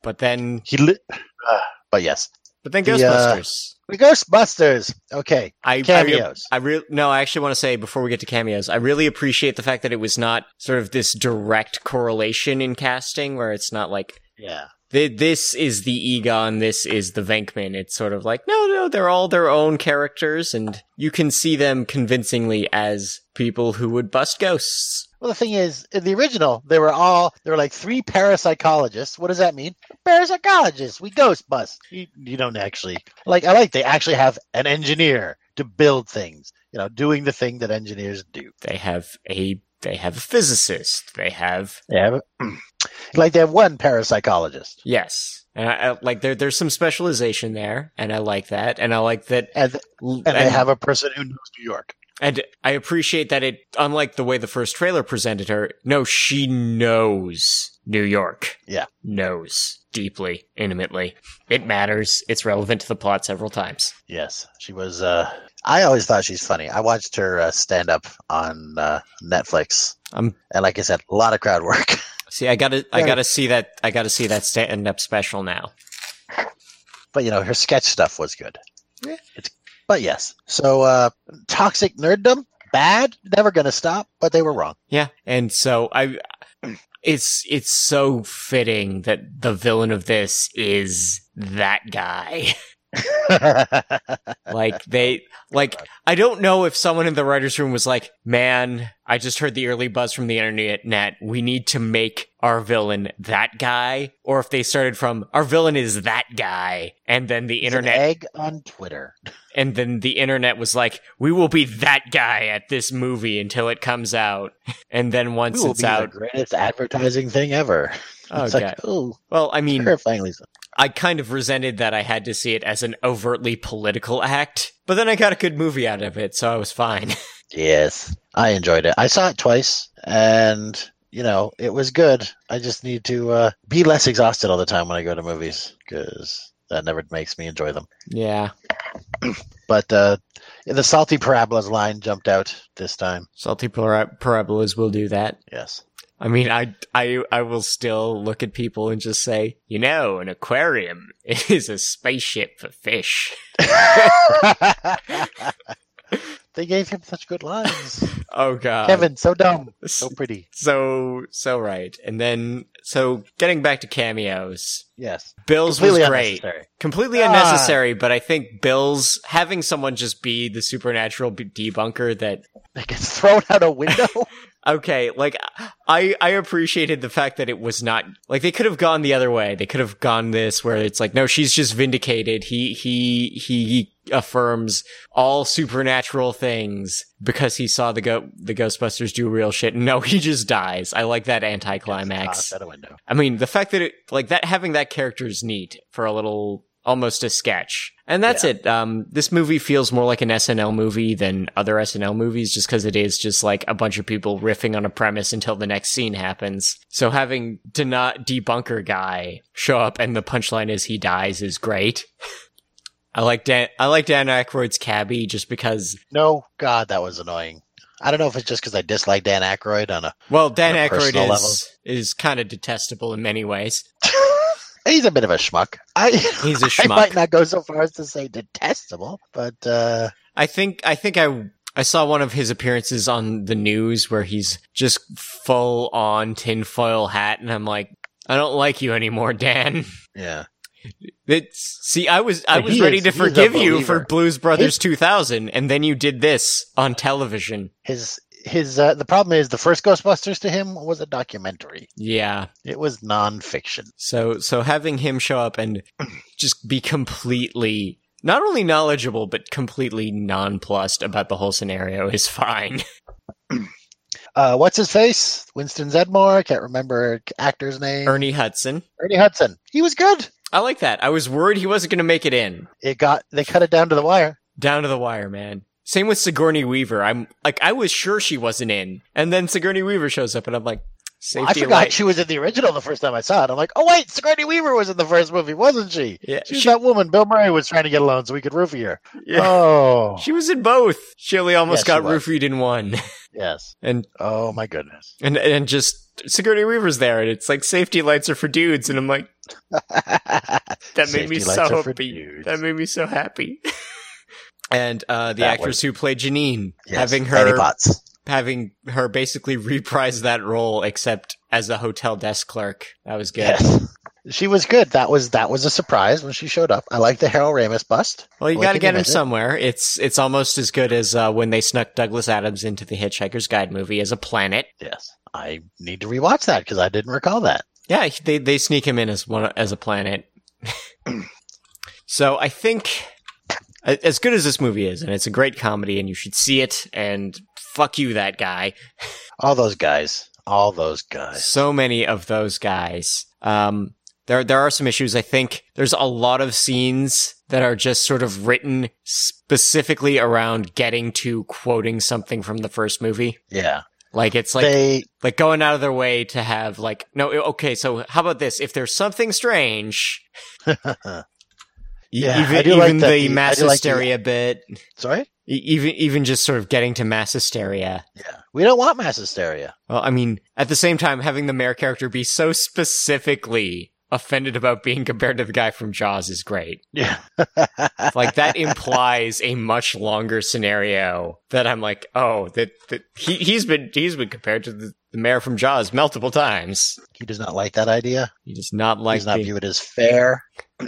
[SPEAKER 1] But then,
[SPEAKER 2] He, li- but yes,
[SPEAKER 1] but then
[SPEAKER 2] The, uh,
[SPEAKER 1] Ghostbusters.
[SPEAKER 2] the Ghostbusters. Okay,
[SPEAKER 1] I, I, re-
[SPEAKER 2] cameos.
[SPEAKER 1] I really no. I actually want to say before we get to cameos, I really appreciate the fact that it was not sort of this direct correlation in casting, where it's not like
[SPEAKER 2] Yeah.
[SPEAKER 1] Th this is the Egon, this is the Venkman. It's sort of like, no, no, they're all their own characters, and you can see them convincingly as people who would bust ghosts.
[SPEAKER 2] Well, the thing is, in the original, they were all they were like three parapsychologists. What does that mean? Parapsychologists. We ghost bust. You, you don't actually like. I like they actually have an engineer to build things. You know, doing the thing that engineers do.
[SPEAKER 1] They have a they have a physicist. They have
[SPEAKER 2] Yeah. but- like they have one parapsychologist,
[SPEAKER 1] yes, and I, I, like there there's some specialization there, and I like that, and I like that,
[SPEAKER 2] and and,
[SPEAKER 1] and,
[SPEAKER 2] they have a person who knows New York.
[SPEAKER 1] and I appreciate that it. Unlike the way the first trailer presented her, no, she knows New York.
[SPEAKER 2] Yeah.
[SPEAKER 1] knows deeply, intimately. It matters. It's relevant to the plot several times.
[SPEAKER 2] Yes, she was. uh I always thought she's funny. I watched her uh, stand up on uh, Netflix,
[SPEAKER 1] Um,
[SPEAKER 2] and like I said, a lot of crowd work.
[SPEAKER 1] see, I gotta, I
[SPEAKER 2] Yeah.
[SPEAKER 1] gotta see that, I gotta see that stand up special now.
[SPEAKER 2] but you know her sketch stuff was good.
[SPEAKER 1] Yeah.
[SPEAKER 2] It's, but yes, so uh, toxic nerddom bad, never gonna stop. But they were wrong.
[SPEAKER 1] Yeah, and so I, it's it's so fitting that the villain of this is that guy. Like they like I don't know if someone in the writers room was like, "Man, I just heard the early buzz from the internet. We need to make our villain that guy." Or if they started from, "Our villain is that guy." And then the
[SPEAKER 2] It's an
[SPEAKER 1] internet
[SPEAKER 2] egg on Twitter.
[SPEAKER 1] and then the internet was like, "We will be that guy at this movie until it comes out." And then once
[SPEAKER 2] We will
[SPEAKER 1] it's
[SPEAKER 2] be
[SPEAKER 1] out,
[SPEAKER 2] the greatest advertising thing ever.
[SPEAKER 1] Oh,
[SPEAKER 2] it's
[SPEAKER 1] God.
[SPEAKER 2] like, oh,
[SPEAKER 1] well, I mean,
[SPEAKER 2] terrifyingly so.
[SPEAKER 1] I kind of resented that I had to see it as an overtly political act, but then I got a good movie out of it, so I was fine.
[SPEAKER 2] Yes, I enjoyed it. I saw it twice, and you know it was good. I just need to uh, be less exhausted all the time when I go to movies because that never makes me enjoy them.
[SPEAKER 1] yeah.
[SPEAKER 2] But uh, the salty parabolas line jumped out this time.
[SPEAKER 1] Salty para- parabolas will do that.
[SPEAKER 2] Yes,
[SPEAKER 1] I mean, I, I, I will still look at people and just say, you know, an aquarium is a spaceship for fish.
[SPEAKER 2] they gave him such good lines.
[SPEAKER 1] Oh god.
[SPEAKER 2] Kevin, so dumb,
[SPEAKER 1] S-
[SPEAKER 2] so pretty.
[SPEAKER 1] So, so right. And then, so getting back to cameos,
[SPEAKER 2] Yes,
[SPEAKER 1] Bill's was great.
[SPEAKER 2] unnecessary.
[SPEAKER 1] completely
[SPEAKER 2] Ah.
[SPEAKER 1] unnecessary, but I think Bill's having someone just be the supernatural b- debunker that
[SPEAKER 2] Like it's thrown out a window.
[SPEAKER 1] okay, like I I appreciated the fact that it was not like they could have gone the other way. They could have gone this where it's like no, she's just vindicated. He he he affirms all supernatural things because he saw the go the Ghostbusters do real shit. No, he just dies. I like that anticlimax.
[SPEAKER 2] Tossed out a window.
[SPEAKER 1] I mean, the fact that it, like that having that character is neat for a little almost a sketch. And that's
[SPEAKER 2] Yeah.
[SPEAKER 1] it. Um this movie feels more like an SNL movie than other SNL movies just cuz it is just like a bunch of people riffing on a premise until the next scene happens. So having to not debunker guy show up and the punchline is he dies is great. I like Dan I like Dan Aykroyd's cabbie just because
[SPEAKER 2] No, God, that was annoying. I don't know if it's just because I dislike Dan Aykroyd on a.
[SPEAKER 1] well Dan
[SPEAKER 2] On a
[SPEAKER 1] Aykroyd is
[SPEAKER 2] personal level.
[SPEAKER 1] is kind of detestable in many ways.
[SPEAKER 2] He's a bit of a schmuck. I,
[SPEAKER 1] He's a schmuck.
[SPEAKER 2] I might not go so far as to say detestable, but uh,
[SPEAKER 1] I think I think I I saw one of his appearances on the news where he's just full on tinfoil hat, and I'm like, I don't like you anymore, Dan.
[SPEAKER 2] yeah,
[SPEAKER 1] It's see, I was I
[SPEAKER 2] But
[SPEAKER 1] was
[SPEAKER 2] he
[SPEAKER 1] ready
[SPEAKER 2] is-
[SPEAKER 1] to
[SPEAKER 2] he is a
[SPEAKER 1] forgive you for
[SPEAKER 2] believer.
[SPEAKER 1] Blues Brothers 2000, and then you did this on television.
[SPEAKER 2] his his uh, the problem is the first Ghostbusters to him was a documentary.
[SPEAKER 1] Yeah.
[SPEAKER 2] It was nonfiction.
[SPEAKER 1] So so having him show up and just be completely not only knowledgeable but completely nonplussed about the whole scenario is fine.
[SPEAKER 2] Uh, what's his face? Winston Zedmore. I can't remember actor's name. Ernie,
[SPEAKER 1] Ernie Hudson.
[SPEAKER 2] Hudson. He was good.
[SPEAKER 1] I like that. I was worried he wasn't going to make it in.
[SPEAKER 2] It got they cut it down to the wire.
[SPEAKER 1] Down to the wire, man. Same with Sigourney Weaver. I'm like, I was sure she wasn't in, and then Sigourney Weaver shows up, and I'm like, safety
[SPEAKER 2] I forgot
[SPEAKER 1] light.
[SPEAKER 2] she was in the original the first time I saw it. I'm like, oh wait, Sigourney Weaver was in the first movie, wasn't she?
[SPEAKER 1] Yeah,
[SPEAKER 2] She's
[SPEAKER 1] she,
[SPEAKER 2] that woman Bill Murray was trying to get alone so we could roofie her.
[SPEAKER 1] yeah.
[SPEAKER 2] Oh,
[SPEAKER 1] she was in both. She only almost
[SPEAKER 2] Yeah, she
[SPEAKER 1] got
[SPEAKER 2] was.
[SPEAKER 1] roofied in one,
[SPEAKER 2] yes.
[SPEAKER 1] and
[SPEAKER 2] Oh my goodness.
[SPEAKER 1] and and just Sigourney Weaver's there, and it's like safety lights are for dudes, and I'm like, that made me
[SPEAKER 2] Safety lights
[SPEAKER 1] so
[SPEAKER 2] are for
[SPEAKER 1] happy.
[SPEAKER 2] dudes.
[SPEAKER 1] That made me so happy. and uh, the
[SPEAKER 2] That
[SPEAKER 1] actress who played Janine,
[SPEAKER 2] Yes,
[SPEAKER 1] having
[SPEAKER 2] Annie
[SPEAKER 1] her
[SPEAKER 2] Potts.
[SPEAKER 1] having her basically reprise that role except as a hotel desk clerk. That was good.
[SPEAKER 2] Yes. She was good. That was that was a surprise when she showed up. I like the Harold Ramis bust.
[SPEAKER 1] Well, you
[SPEAKER 2] Well,
[SPEAKER 1] got to
[SPEAKER 2] can you
[SPEAKER 1] get him
[SPEAKER 2] imagine?
[SPEAKER 1] somewhere. It's it's almost as good as uh, when they snuck Douglas Adams into the Hitchhiker's Guide movie as a planet.
[SPEAKER 2] Yes. I need to rewatch that because I didn't recall that.
[SPEAKER 1] Yeah, they they sneak him in as one as a planet. so I think a- as good as this movie is, and it's a great comedy, and you should see it. And fuck you, that guy.
[SPEAKER 2] All those guys. All those guys.
[SPEAKER 1] so many of those guys. Um, there, there are some issues. I think there's a lot of scenes that are just sort of written specifically around getting to quoting something from the first movie.
[SPEAKER 2] Yeah.
[SPEAKER 1] Like it's like
[SPEAKER 2] they
[SPEAKER 1] like going out of their way to have like no okay. So how about this? If there's something strange, e-
[SPEAKER 2] Yeah,
[SPEAKER 1] even,
[SPEAKER 2] I do like
[SPEAKER 1] even
[SPEAKER 2] that
[SPEAKER 1] the
[SPEAKER 2] the- I
[SPEAKER 1] mass
[SPEAKER 2] do like the-
[SPEAKER 1] hysteria bit, e-
[SPEAKER 2] sorry?
[SPEAKER 1] even even just sort of getting to mass hysteria.
[SPEAKER 2] Yeah. We don't want mass hysteria.
[SPEAKER 1] Well, I mean, at the same time, having the mayor character be so specifically offended about being compared to the guy from Jaws is great.
[SPEAKER 2] Yeah.
[SPEAKER 1] Like that implies a much longer scenario that I'm like, oh, that, that he he's been he's been compared to the, the mayor from Jaws multiple times.
[SPEAKER 2] he does not like that idea.
[SPEAKER 1] He does not like
[SPEAKER 2] He's not
[SPEAKER 1] the-
[SPEAKER 2] view it as fair.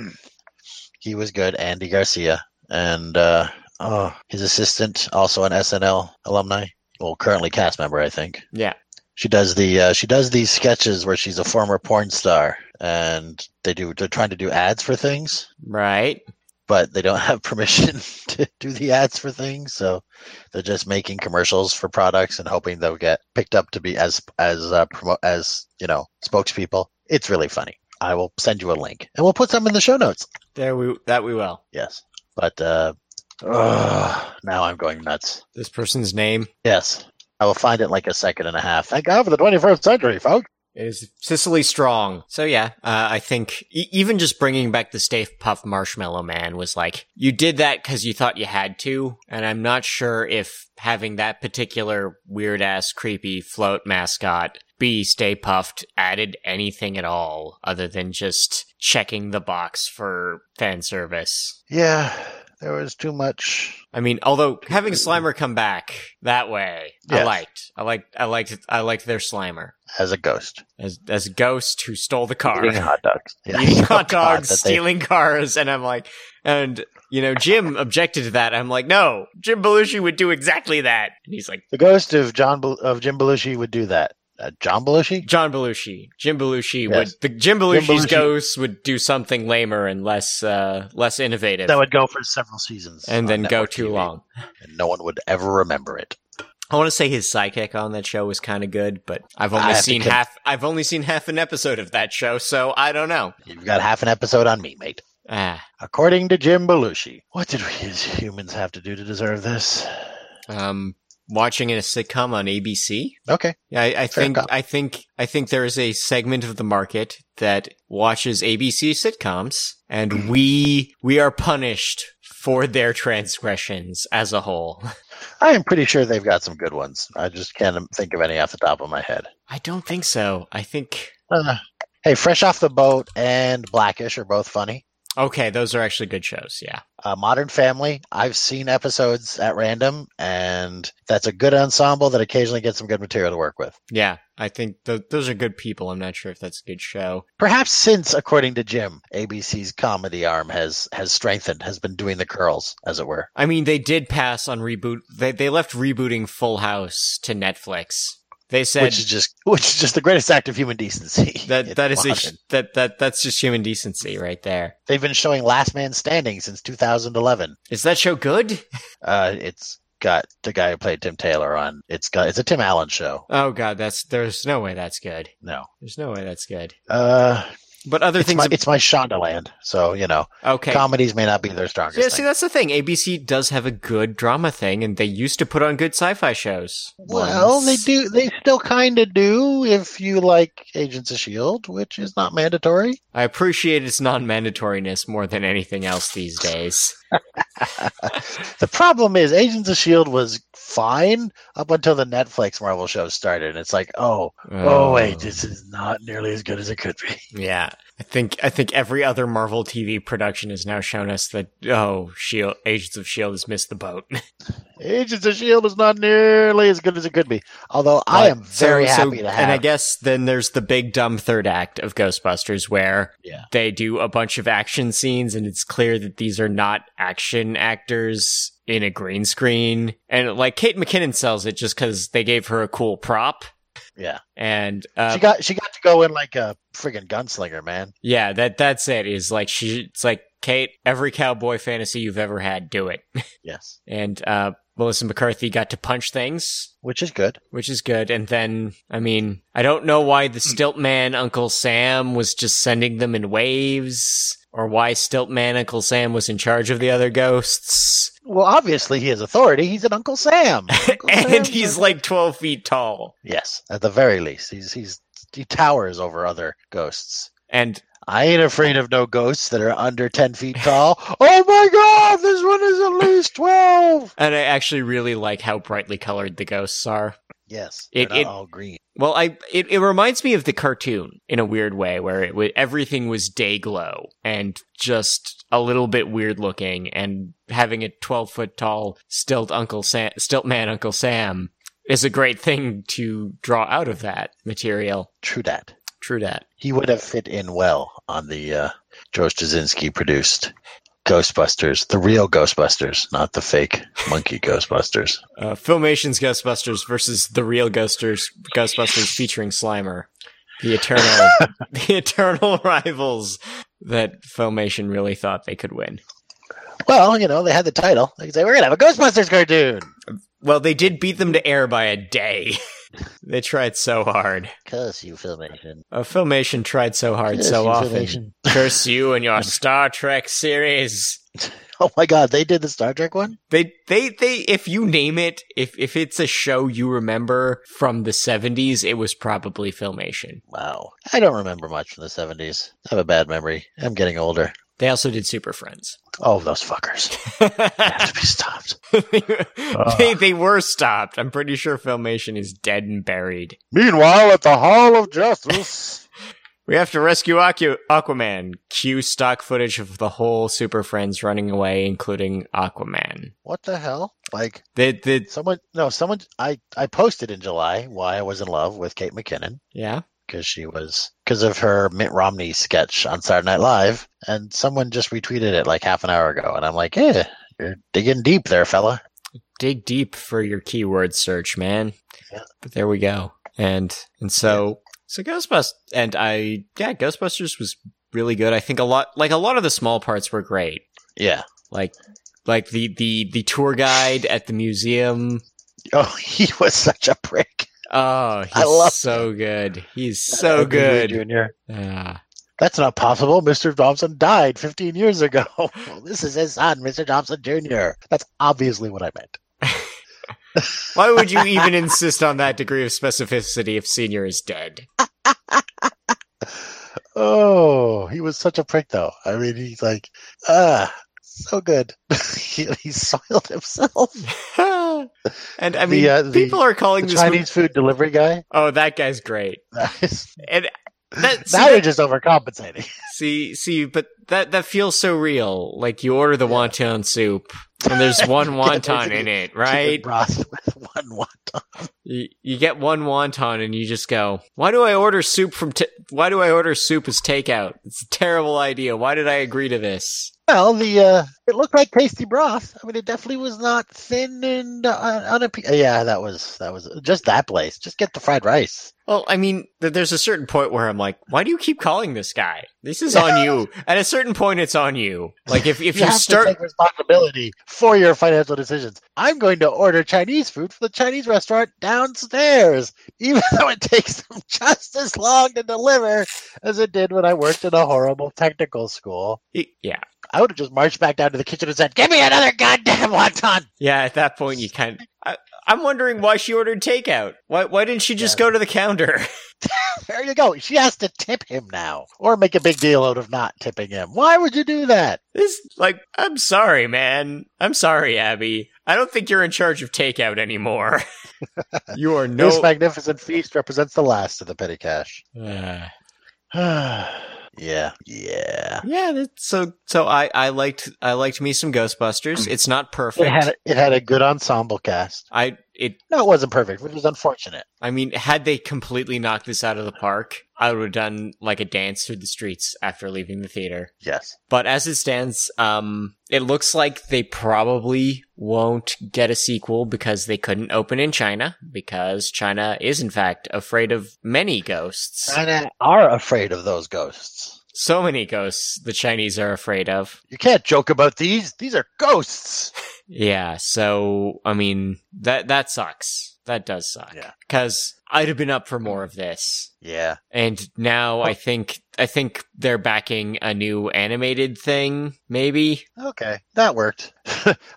[SPEAKER 2] He was good. Andy Garcia and uh, oh, his assistant, also an SNL alumni, well, currently cast member, I think.
[SPEAKER 1] Yeah.
[SPEAKER 2] She does the uh, she does these sketches where she's a former porn star, and they do they're trying to do ads for things.
[SPEAKER 1] Right.
[SPEAKER 2] but they don't have permission to do the ads for things, so they're just making commercials for products and hoping they'll get picked up to be as as uh, promo- as you know spokespeople. It's really funny. I will send you a link, and we'll put some in the show notes.
[SPEAKER 1] There we that we will.
[SPEAKER 2] Yes, but uh, ugh, now I'm going nuts.
[SPEAKER 1] This person's name
[SPEAKER 2] Yes, I will find it in like a second and a half. Thank God for the 21st century, folks.
[SPEAKER 1] is Cicely Strong. So yeah, uh, I think e- even just bringing back the Stay Puff Marshmallow Man was like you did that because you thought you had to, and I'm not sure if having that particular weird ass creepy float mascot be Stay Puffed added anything at all other than just checking the box for fan service.
[SPEAKER 2] Yeah, there was too much.
[SPEAKER 1] I mean, although having Slimer come back that way, I
[SPEAKER 2] Yes.
[SPEAKER 1] liked. I liked. I liked. I liked their Slimer
[SPEAKER 2] As a ghost,
[SPEAKER 1] as as Ghost who stole the car,
[SPEAKER 2] eating hot dogs, Yeah.
[SPEAKER 1] eating
[SPEAKER 2] Oh,
[SPEAKER 1] hot
[SPEAKER 2] God,
[SPEAKER 1] dogs,
[SPEAKER 2] that they-
[SPEAKER 1] stealing cars, and I'm like, and you know, Jim objected to that. I'm like, no, Jim Belushi would do exactly that, and he's like,
[SPEAKER 2] The ghost of John Bel- of Jim Belushi would do that. Uh, John Belushi?
[SPEAKER 1] John Belushi, Jim Belushi
[SPEAKER 2] Yes.
[SPEAKER 1] would the Jim Belushi's
[SPEAKER 2] Belushi-
[SPEAKER 1] ghost would do something lamer and less uh less innovative,
[SPEAKER 2] That would Oh, go for several seasons,
[SPEAKER 1] and
[SPEAKER 2] on
[SPEAKER 1] then go
[SPEAKER 2] network
[SPEAKER 1] too
[SPEAKER 2] TV,
[SPEAKER 1] long.
[SPEAKER 2] and no one would ever remember it.
[SPEAKER 1] I want to say his psychic on that show was kind of good, but I've
[SPEAKER 2] I
[SPEAKER 1] only
[SPEAKER 2] have to
[SPEAKER 1] seen
[SPEAKER 2] con-
[SPEAKER 1] half. I've only seen half an episode of that show, so I don't know.
[SPEAKER 2] You've got half an episode on me, mate.
[SPEAKER 1] Ah,
[SPEAKER 2] According to Jim Belushi, what did we as humans have to do to deserve this?
[SPEAKER 1] um, watching in a sitcom on ABC.
[SPEAKER 2] Okay,
[SPEAKER 1] Yeah, I, I
[SPEAKER 2] Fair
[SPEAKER 1] think
[SPEAKER 2] cop.
[SPEAKER 1] I think I think there is a segment of the market that watches ABC sitcoms,
[SPEAKER 2] Mm.
[SPEAKER 1] and we we are punished for their transgressions as a whole.
[SPEAKER 2] I am pretty sure they've got some good ones. I just can't think of any off the top of my head.
[SPEAKER 1] I don't think so. I think
[SPEAKER 2] Uh, hey, Fresh Off the Boat and Blackish are both funny.
[SPEAKER 1] okay, those are actually good shows. Yeah,
[SPEAKER 2] uh, Modern Family. I've seen episodes at random, and that's a good ensemble that occasionally gets some good material to work with.
[SPEAKER 1] yeah. I think th- those are good people. I'm not sure if that's a good show.
[SPEAKER 2] Perhaps since, according to Jim, ABC's comedy arm has has strengthened, has been doing the curls, as it were.
[SPEAKER 1] I mean, they did pass on reboot. They they left rebooting Full House to Netflix. They said
[SPEAKER 2] which is just which is just the greatest act of human decency.
[SPEAKER 1] that
[SPEAKER 2] It's
[SPEAKER 1] that is a,
[SPEAKER 2] modern.
[SPEAKER 1] that that that's just human decency right there.
[SPEAKER 2] they've been showing Last Man Standing since 2011.
[SPEAKER 1] Is that show good?
[SPEAKER 2] Uh, it's got the guy who played Tim Taylor on. It's got it's a Tim Allen show.
[SPEAKER 1] Oh god, that's there's no way that's good.
[SPEAKER 2] No,
[SPEAKER 1] There's no way that's good.
[SPEAKER 2] uh,
[SPEAKER 1] But other
[SPEAKER 2] it's
[SPEAKER 1] things,
[SPEAKER 2] my, it's my Shondaland. So you know,
[SPEAKER 1] okay.
[SPEAKER 2] comedies may not be their strongest.
[SPEAKER 1] yeah,
[SPEAKER 2] thing.
[SPEAKER 1] see, that's the thing. ABC does have a good drama thing, and they used to put on good sci-fi shows.
[SPEAKER 2] Well, they
[SPEAKER 1] once.
[SPEAKER 2] do. They still kind of do if you like Agents of Shield, E which is not mandatory.
[SPEAKER 1] I appreciate its non-mandatoriness more than anything else these days.
[SPEAKER 2] The problem is Agents of Shield E was fine up until the Netflix Marvel shows started, and it's like, oh, oh, wait, this is not nearly as good as it could be.
[SPEAKER 1] yeah. I think I think every other Marvel TV production has now shown us that oh, Shield, Agents of Shield E has missed the boat.
[SPEAKER 2] Agents of Shield E is not nearly as good as it could be. Although I
[SPEAKER 1] But-
[SPEAKER 2] am very
[SPEAKER 1] so- so-
[SPEAKER 2] happy to have.
[SPEAKER 1] And I guess then there's the big dumb third act of Ghostbusters where
[SPEAKER 2] Yeah.
[SPEAKER 1] they do a bunch of action scenes and it's clear that these are not action actors in a green screen. And like Kate McKinnon sells it just because they gave her a cool prop.
[SPEAKER 2] Yeah.
[SPEAKER 1] And uh,
[SPEAKER 2] she got she got to go in like a friggin' gunslinger, man.
[SPEAKER 1] yeah, that that's it. Is like she it's like Kate, every cowboy fantasy you've ever had, do it.
[SPEAKER 2] Yes,
[SPEAKER 1] And uh Melissa McCarthy got to punch things
[SPEAKER 2] which is good.
[SPEAKER 1] which is good. And then, I mean, I don't know why the Stiltman Uncle Sam was just sending them in waves, or why Stiltman Uncle Sam was in charge of the other ghosts.
[SPEAKER 2] Well, obviously he has authority. He's an Uncle Sam. Uncle
[SPEAKER 1] And
[SPEAKER 2] Sam's
[SPEAKER 1] he's
[SPEAKER 2] a-
[SPEAKER 1] like 12 feet tall.
[SPEAKER 2] Yes, at the very least, he's he's he towers over other ghosts.
[SPEAKER 1] And
[SPEAKER 2] I ain't afraid of no ghosts that are under ten feet tall. Oh my God, this one is at least twelve.
[SPEAKER 1] and I actually really like how brightly colored the ghosts are.
[SPEAKER 2] Yes,
[SPEAKER 1] It-
[SPEAKER 2] they're not
[SPEAKER 1] it-
[SPEAKER 2] all green.
[SPEAKER 1] Well, I it, it reminds me of the cartoon in a weird way where it wa everything was day glow and just a little bit weird looking and having a 12 foot tall stilt Uncle Sam stilt man Uncle Sam is a great thing to draw out of that material.
[SPEAKER 2] True that.
[SPEAKER 1] True that.
[SPEAKER 2] He would have fit in well on the uh, George Jasinski produced Ghostbusters, the real Ghostbusters, not the fake monkey Ghostbusters.
[SPEAKER 1] Uh, Filmation's Ghostbusters versus the real Ghosters, Ghostbusters featuring Slimer, the eternal, the eternal rivals that Filmation really thought they could win.
[SPEAKER 2] Well, you know, they had the title. They could say, we're going to have a Ghostbusters cartoon.
[SPEAKER 1] Well, they did beat them to air by a day. they tried so hard.
[SPEAKER 2] Curse you, Filmation.
[SPEAKER 1] Uh, Filmation tried so hard
[SPEAKER 2] Curse
[SPEAKER 1] so
[SPEAKER 2] you,
[SPEAKER 1] often.
[SPEAKER 2] Filmation.
[SPEAKER 1] Curse you and your Star Trek series.
[SPEAKER 2] Oh my God, they did the Star Trek one?
[SPEAKER 1] They, they, they, if you name it, if, if it's a show you remember from the 70s, it was probably Filmation.
[SPEAKER 2] Wow. I don't remember much from the 70s. I have a bad memory. I'm getting older.
[SPEAKER 1] They also did Super Friends.
[SPEAKER 2] All of those fuckers have to be stopped.
[SPEAKER 1] they, they were stopped. I'm pretty sure Filmation is dead and buried.
[SPEAKER 2] Meanwhile, at the Hall of Justice.
[SPEAKER 1] We have to rescue Aqu- Aquaman. Cue stock footage of the whole Super Friends running away, including Aquaman.
[SPEAKER 2] what the hell? Like,
[SPEAKER 1] The, the,
[SPEAKER 2] someone, no, someone, I, I posted in July why I was in love with Kate McKinnon.
[SPEAKER 1] yeah.
[SPEAKER 2] because she was because of her Mitt Romney sketch on Saturday Night Live, and someone just retweeted it like half an hour ago, and I'm like, yeah, you're digging deep there, fella.
[SPEAKER 1] dig deep for your keyword search, man.
[SPEAKER 2] Yeah.
[SPEAKER 1] But there we go. And and so so Ghostbusters and I yeah, Ghostbusters was really good. I think a lot like a lot of the small parts were great.
[SPEAKER 2] Yeah.
[SPEAKER 1] Like like the the the tour guide at the museum.
[SPEAKER 2] Oh, he was such a prick.
[SPEAKER 1] Oh, he's
[SPEAKER 2] I love
[SPEAKER 1] so good. He's so
[SPEAKER 2] Robert Downey
[SPEAKER 1] good.
[SPEAKER 2] Jr.
[SPEAKER 1] Ah.
[SPEAKER 2] That's not possible. Mr. Thompson died 15 years ago. Well, this is his son, Mr. Thompson Jr. That's obviously what I meant.
[SPEAKER 1] Why would you even insist on that degree of specificity if senior is dead?
[SPEAKER 2] Oh, he was such a prick, though. I mean, he's like, ah, so good. he, he soiled himself.
[SPEAKER 1] and I mean,
[SPEAKER 2] uh, the-
[SPEAKER 1] people are calling
[SPEAKER 2] The
[SPEAKER 1] this movie-
[SPEAKER 2] Chinese food delivery guy.
[SPEAKER 1] Oh, that guy's great.
[SPEAKER 2] That is
[SPEAKER 1] And that, see,
[SPEAKER 2] now
[SPEAKER 1] that-
[SPEAKER 2] you're just overcompensating.
[SPEAKER 1] see, see, but that that feels so real. Like you order the
[SPEAKER 2] Yeah.
[SPEAKER 1] wonton soup, and there's one wonton
[SPEAKER 2] basically,
[SPEAKER 1] in it,
[SPEAKER 2] Chicken
[SPEAKER 1] right?
[SPEAKER 2] broth with one wonton.
[SPEAKER 1] You, you get one wonton, and you just go, "Why do I order soup from? T- why do I order soup as takeout? It's a terrible idea. Why did I agree to this?"
[SPEAKER 2] Well, the uh, it looked like tasty broth. I mean, it definitely was not thin and uh, unappe- Yeah, that was that was just that place. Just get the fried rice.
[SPEAKER 1] Well, I mean, th- there's a certain point where I'm like, why do you keep calling this guy? This is on you. At a certain point, it's on you. Like if if you,
[SPEAKER 2] have
[SPEAKER 1] start
[SPEAKER 2] to take responsibility for your financial decisions. I'm going to order Chinese food from the Chinese restaurant downstairs, even though it takes them just as long to deliver as it did when I worked in a horrible technical school.
[SPEAKER 1] yeah,
[SPEAKER 2] I would have just marched back down to the kitchen and said, "Give me another goddamn wonton."
[SPEAKER 1] Yeah, at that point you kind. I, I'm wondering why she ordered takeout. Why why didn't she just go to the counter?
[SPEAKER 2] There you go. She has to tip him now, or make a big deal out of not tipping him. Why would you do that?
[SPEAKER 1] This like I'm sorry, man. I'm sorry, Abby. I don't think you're in charge of takeout anymore. you are no.
[SPEAKER 2] This magnificent feast represents the last of the petty cash.
[SPEAKER 1] Uh,
[SPEAKER 2] yeah, yeah.
[SPEAKER 1] yeah, that's- so so I I liked I liked me some Ghostbusters. It's not perfect.
[SPEAKER 2] It Mm. had a, it had a good ensemble cast.
[SPEAKER 1] I it
[SPEAKER 2] No, it wasn't perfect, which was unfortunate.
[SPEAKER 1] I mean, had they completely knocked this out of the park, I would have done like a dance through the streets after leaving the theater.
[SPEAKER 2] Yes.
[SPEAKER 1] But as it stands, um, it looks like they probably won't get a sequel because they couldn't open in China because China is in fact afraid of many ghosts.
[SPEAKER 2] And they are afraid of those ghosts.
[SPEAKER 1] So many ghosts the Chinese are afraid of.
[SPEAKER 2] You can't joke about these. These are ghosts.
[SPEAKER 1] Yeah. So, I mean, that, that sucks. That does suck.
[SPEAKER 2] Yeah.
[SPEAKER 1] Cause I'd have been up for more of this.
[SPEAKER 2] Yeah.
[SPEAKER 1] And now I think, I think they're backing a new animated thing, maybe.
[SPEAKER 2] Okay, that worked.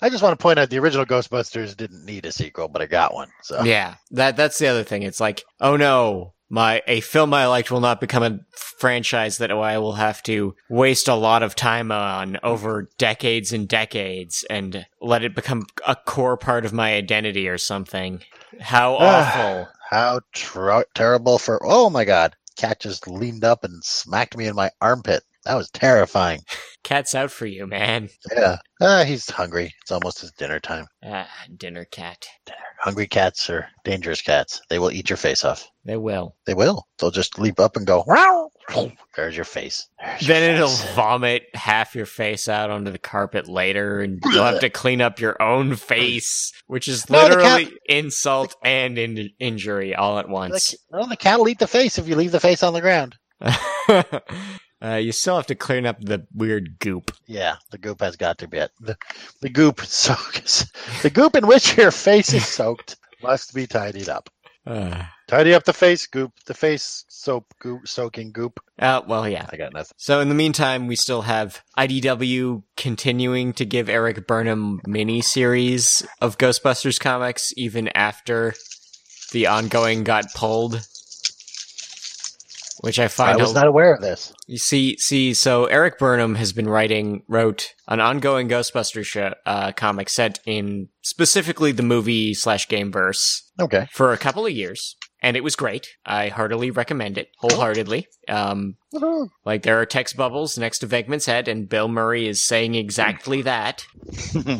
[SPEAKER 2] I just want to point out the original Ghostbusters didn't need a sequel, but I got one. So
[SPEAKER 1] Yeah, that that's the other thing. It's like, oh no, my a film I liked will not become a franchise that I will have to waste a lot of time on over decades and decades, and let it become a core part of my identity or something. How awful!
[SPEAKER 2] How tr- terrible for. Oh my God. Cat just leaned up and smacked me in my armpit. That was terrifying.
[SPEAKER 1] Cat's out for you, man.
[SPEAKER 2] Yeah. Uh, he's hungry. It's almost his dinner time.
[SPEAKER 1] Ah, dinner cat.
[SPEAKER 2] Hungry cats are dangerous cats. They will eat your face off.
[SPEAKER 1] They will.
[SPEAKER 2] They will. They'll just leap up and go, wow. There's your face. There's your
[SPEAKER 1] Then it'll
[SPEAKER 2] face.
[SPEAKER 1] vomit half your face out onto the carpet later, and you'll have to clean up your own face, which is
[SPEAKER 2] No, the
[SPEAKER 1] literally insult and in- injury all at once.
[SPEAKER 2] The, no, the cat will eat the face if you leave the face on the ground.
[SPEAKER 1] uh, you still have to clean up the weird goop.
[SPEAKER 2] Yeah, the goop has got to be it. The, the goop soaks. The goop in which your face is soaked must be tidied up.
[SPEAKER 1] Uh,
[SPEAKER 2] Tidy up the face goop. The face soap goop soaking goop.
[SPEAKER 1] uh, well, yeah.
[SPEAKER 2] I got nothing.
[SPEAKER 1] So in the meantime, we still have IDW continuing to give Eric Burnham mini series of Ghostbusters comics even after the ongoing got pulled. Which I
[SPEAKER 2] I,
[SPEAKER 1] find a-
[SPEAKER 2] was not aware of this.
[SPEAKER 1] you see see so Eric Burnham has been writing wrote an ongoing Ghostbusters show, uh, comic set in specifically the movie slash game verse
[SPEAKER 2] Okay.
[SPEAKER 1] for a couple of years, and it was great. I heartily recommend it, wholeheartedly. Um,
[SPEAKER 2] Woohoo.
[SPEAKER 1] like there are text bubbles next to Venkman's head, and Bill Murray is saying exactly that.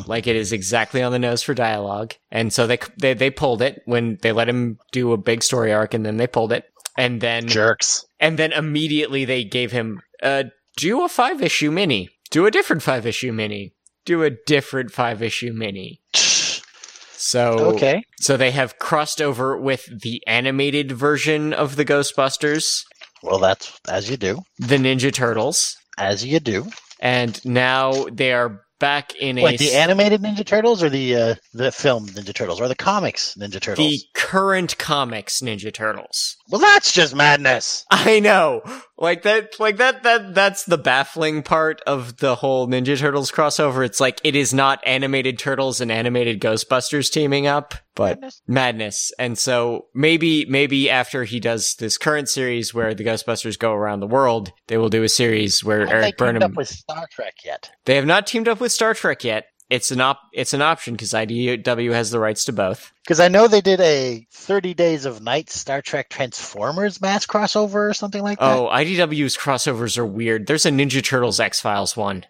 [SPEAKER 1] like it is exactly on the nose for dialogue. And so they they they pulled it when they let him do a big story arc, and then they pulled it, and then
[SPEAKER 2] Jerks.
[SPEAKER 1] and then immediately they gave him uh, do a five issue mini, do a different five issue mini, do a different five issue mini. So
[SPEAKER 2] Okay.
[SPEAKER 1] so they have crossed over with the animated version of the Ghostbusters,
[SPEAKER 2] Well, that's as you do.
[SPEAKER 1] the Ninja Turtles,
[SPEAKER 2] As you do.
[SPEAKER 1] and now they are back in
[SPEAKER 2] Like
[SPEAKER 1] a
[SPEAKER 2] the
[SPEAKER 1] s-
[SPEAKER 2] animated Ninja Turtles or the uh, the film Ninja Turtles or the comics Ninja Turtles?
[SPEAKER 1] the current comics Ninja Turtles.
[SPEAKER 2] Well, that's just madness.
[SPEAKER 1] I know. Like that like that that that's the baffling part of the whole Ninja Turtles crossover. It's like it is not animated turtles and animated Ghostbusters teaming up, but
[SPEAKER 2] Madness.
[SPEAKER 1] madness. And so maybe maybe after he does this current series where the Ghostbusters go around the world, they will do a series where
[SPEAKER 2] Have they
[SPEAKER 1] Eric
[SPEAKER 2] teamed
[SPEAKER 1] Burnham
[SPEAKER 2] up with Star Trek yet?
[SPEAKER 1] They have not teamed up with Star Trek yet. It's an op it's an option cuz IDW has the rights to both.
[SPEAKER 2] Because I know they did a 30 Days of Night Star Trek Transformers mass crossover or something like that.
[SPEAKER 1] Oh, IDW's crossovers are weird. There's a Ninja Turtles X Files one.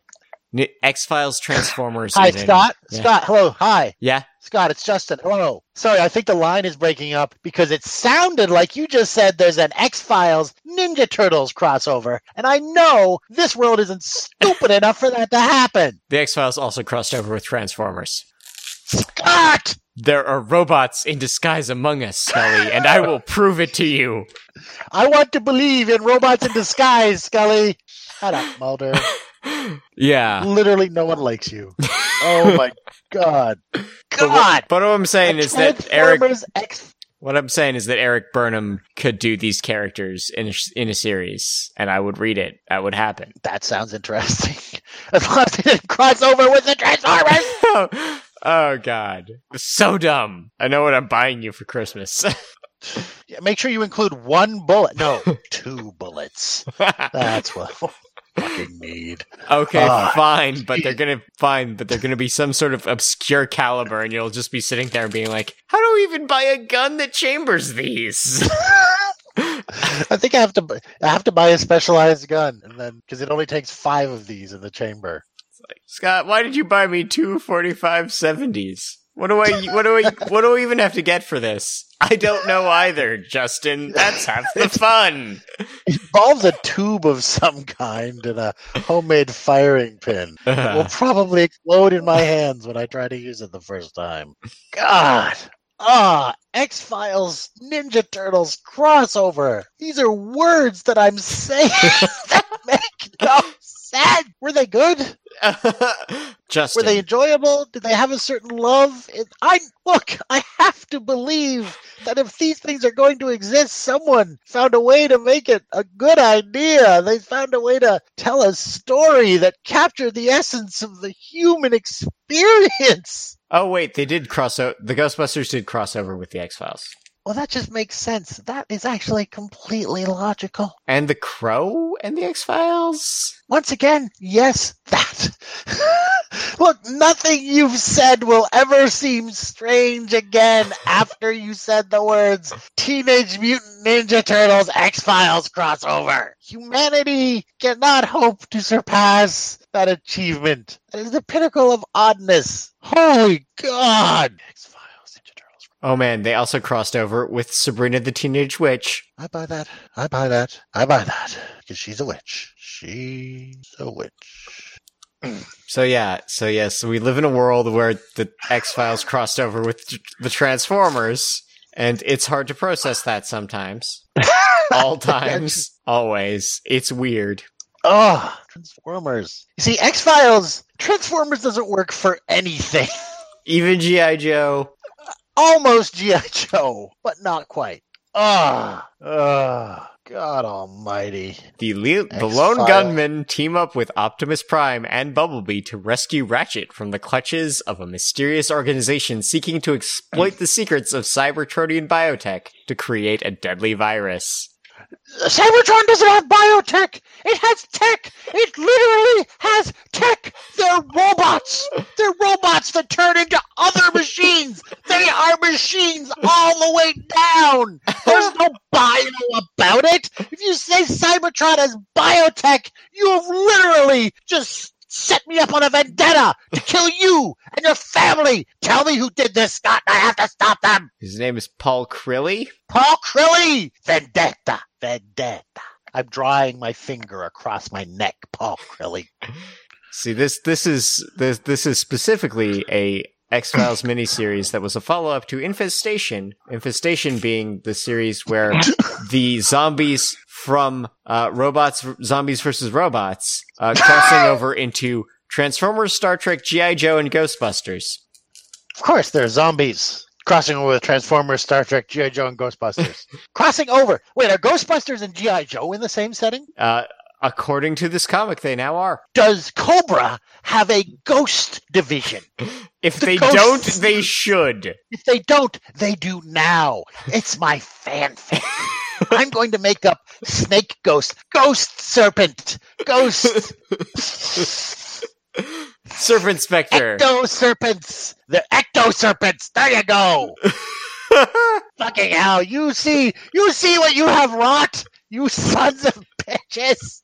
[SPEAKER 1] Ni X Files Transformers.
[SPEAKER 2] hi,
[SPEAKER 1] is in.
[SPEAKER 2] Scott.
[SPEAKER 1] Yeah.
[SPEAKER 2] Scott, hello. Hi.
[SPEAKER 1] Yeah.
[SPEAKER 2] Scott, it's Justin. Hello. Sorry, I think the line is breaking up because it sounded like you just said there's an X Files Ninja Turtles crossover. And I know this world isn't stupid enough for that to happen.
[SPEAKER 1] The X Files also crossed over with Transformers.
[SPEAKER 2] Scott!
[SPEAKER 1] There are robots in disguise among us, Scully, and I will prove it to you.
[SPEAKER 2] I want to believe in robots in disguise, Scully. Shut up, Mulder.
[SPEAKER 1] Yeah.
[SPEAKER 2] Literally, no one likes you. Oh my god.
[SPEAKER 1] But what,
[SPEAKER 2] God.
[SPEAKER 1] but what I'm saying
[SPEAKER 2] A
[SPEAKER 1] is that Eric.
[SPEAKER 2] Transformers X-
[SPEAKER 1] What I'm saying is that Eric Burnham could do these characters in a, sh- in a series, and I would read it. That would happen.
[SPEAKER 2] that sounds interesting. As long as they didn't cross over with the Transformers.
[SPEAKER 1] oh God, so dumb. I know what I'm buying you for Christmas.
[SPEAKER 2] Yeah, Make sure you include one bullet. No, two bullets. That's what we fucking need.
[SPEAKER 1] Okay,
[SPEAKER 2] Ah,
[SPEAKER 1] fine, but they're gonna fine, but they're gonna be some sort of obscure caliber, and you'll just be sitting there and being like, "How do we even buy a gun that chambers these?"
[SPEAKER 2] I think I have to. bu- I have to buy a specialized gun, and then because it only takes five of these in the chamber.
[SPEAKER 1] Scott, why did you buy me two forty-five seventies? What do I? What do I? What do I even have to get for this? I don't know either, Justin. That's half the fun.
[SPEAKER 2] It involves a tube of some kind and a homemade firing pin. It will probably explode in my hands when I try to use it the first time. God. Ah, X Files, Ninja Turtles, crossover. These are words that I'm saying that make no sense. Were they good? Were
[SPEAKER 1] Justin,
[SPEAKER 2] they enjoyable? Did they have a certain love? It, I look. I have to believe that if these things are going to exist, someone found a way to make it a good idea. They found a way to tell a story that captured the essence of the human experience.
[SPEAKER 1] oh wait, they did cross o- The Ghostbusters did crossover with the X Files.
[SPEAKER 2] Well, that just makes sense. That is actually completely logical.
[SPEAKER 1] And the Crow and the X Files.
[SPEAKER 2] Once again, yes, that. Look, nothing you've said will ever seem strange again after you said the words Teenage Mutant Ninja Turtles X Files crossover. Humanity cannot hope to surpass that achievement. That is the pinnacle of oddness. Holy God! X Files, Ninja Turtles.
[SPEAKER 1] Oh man, they also crossed over with Sabrina the Teenage Witch.
[SPEAKER 2] I buy that. I buy that. I buy that. Because she's a witch. She's a witch.
[SPEAKER 1] So yeah, so yes, we live in a world where the X Files crossed over with tr- the Transformers, and it's hard to process that sometimes. All times, always. It's weird.
[SPEAKER 2] Oh, Transformers. You see, X Files, Transformers doesn't work for anything.
[SPEAKER 1] Even GI Joe.
[SPEAKER 2] Almost G.I. Joe, but not quite. Ah, ah, God almighty.
[SPEAKER 1] The, le- the
[SPEAKER 2] X-Files.
[SPEAKER 1] lone gunmen team up with Optimus Prime and Bumblebee to rescue Ratchet from the clutches of a mysterious organization seeking to exploit the secrets of Cybertronian biotech to create a deadly virus.
[SPEAKER 2] Cybertron doesn't have biotech! It has tech! It literally has tech! They're robots! They're robots that turn into other machines! They are machines all the way down! There's no bio about it! If you say Cybertron has biotech, you have literally just set me up on a vendetta to kill you and your family! Tell me who did this, Scott, and I have to stop them!
[SPEAKER 1] His name is Paul Crilly.
[SPEAKER 2] Paul Crilly! Vendetta! Vendetta! I'm drawing my finger across my neck, Paul Crilly.
[SPEAKER 1] See this this is this this is specifically a X Files miniseries that was a follow up to Infestation. Infestation being the series where the zombies from uh, Robots Zombies versus Robots uh, crossing over into Transformers, Star Trek, GI Joe, and Ghostbusters.
[SPEAKER 2] Of course, there are zombies crossing over with Transformers, Star Trek, G.I. Joe, and Ghostbusters. crossing over! Wait, are Ghostbusters and G.I. Joe in the same setting?
[SPEAKER 1] Uh, according to this comic, they now are.
[SPEAKER 2] Does Cobra have a ghost division?
[SPEAKER 1] If
[SPEAKER 2] The
[SPEAKER 1] they
[SPEAKER 2] ghosts-
[SPEAKER 1] don't, they should.
[SPEAKER 2] If they don't, they do now. It's my fanfic. I'm going to make up snake ghost, ghost serpent, ghost.
[SPEAKER 1] Serpent Spectre.
[SPEAKER 2] Ecto serpents. The ecto serpents. There you go. Fucking hell. You see, you see what you have wrought, you sons of bitches.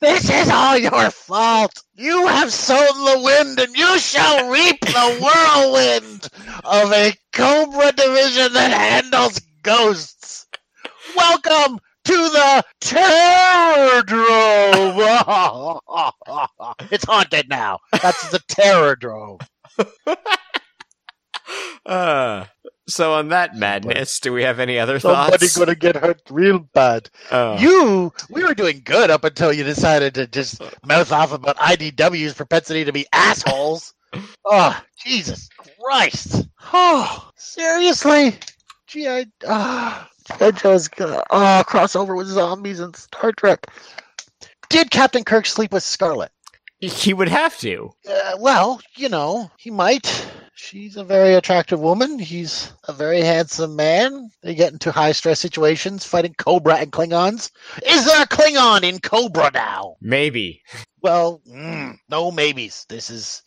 [SPEAKER 2] This is all your fault. You have sown the wind, and you shall reap the whirlwind of a Cobra division that handles ghosts. Welcome to the Terrordrome. it's haunted now. That's the Terrordrome.
[SPEAKER 1] Uh, so on that madness, do we have any other
[SPEAKER 2] Somebody
[SPEAKER 1] thoughts?
[SPEAKER 2] gonna get hurt real bad.
[SPEAKER 1] Oh.
[SPEAKER 2] You, we were doing good up until you decided to just mouth off about IDW's propensity to be assholes. oh, Jesus Christ! Oh, seriously? Gee, I ah, uh, Joe's gonna oh, crossover with zombies and Star Trek. Did Captain Kirk sleep with Scarlet?
[SPEAKER 1] he would have to.
[SPEAKER 2] Uh, well, you know, he might. She's a very attractive woman. He's a very handsome man. They get into high stress situations fighting Cobra and Klingons. Is there a Klingon in Cobra now?
[SPEAKER 1] Maybe.
[SPEAKER 2] Well, mm, no maybes. This is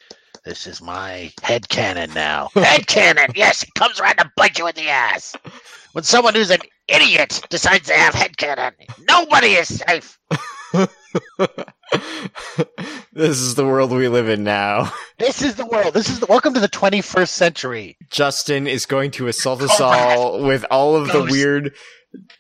[SPEAKER 2] this is my head cannon now. Head cannon. Yes, it comes around to bite you in the ass. When someone who's an idiot decides to have head cannon, nobody is safe.
[SPEAKER 1] this is the world we live in now.
[SPEAKER 2] This is the world. This is the welcome to the 21st century.
[SPEAKER 1] Justin is going to assault us all with all of the
[SPEAKER 2] Oh Ghost.
[SPEAKER 1] weird.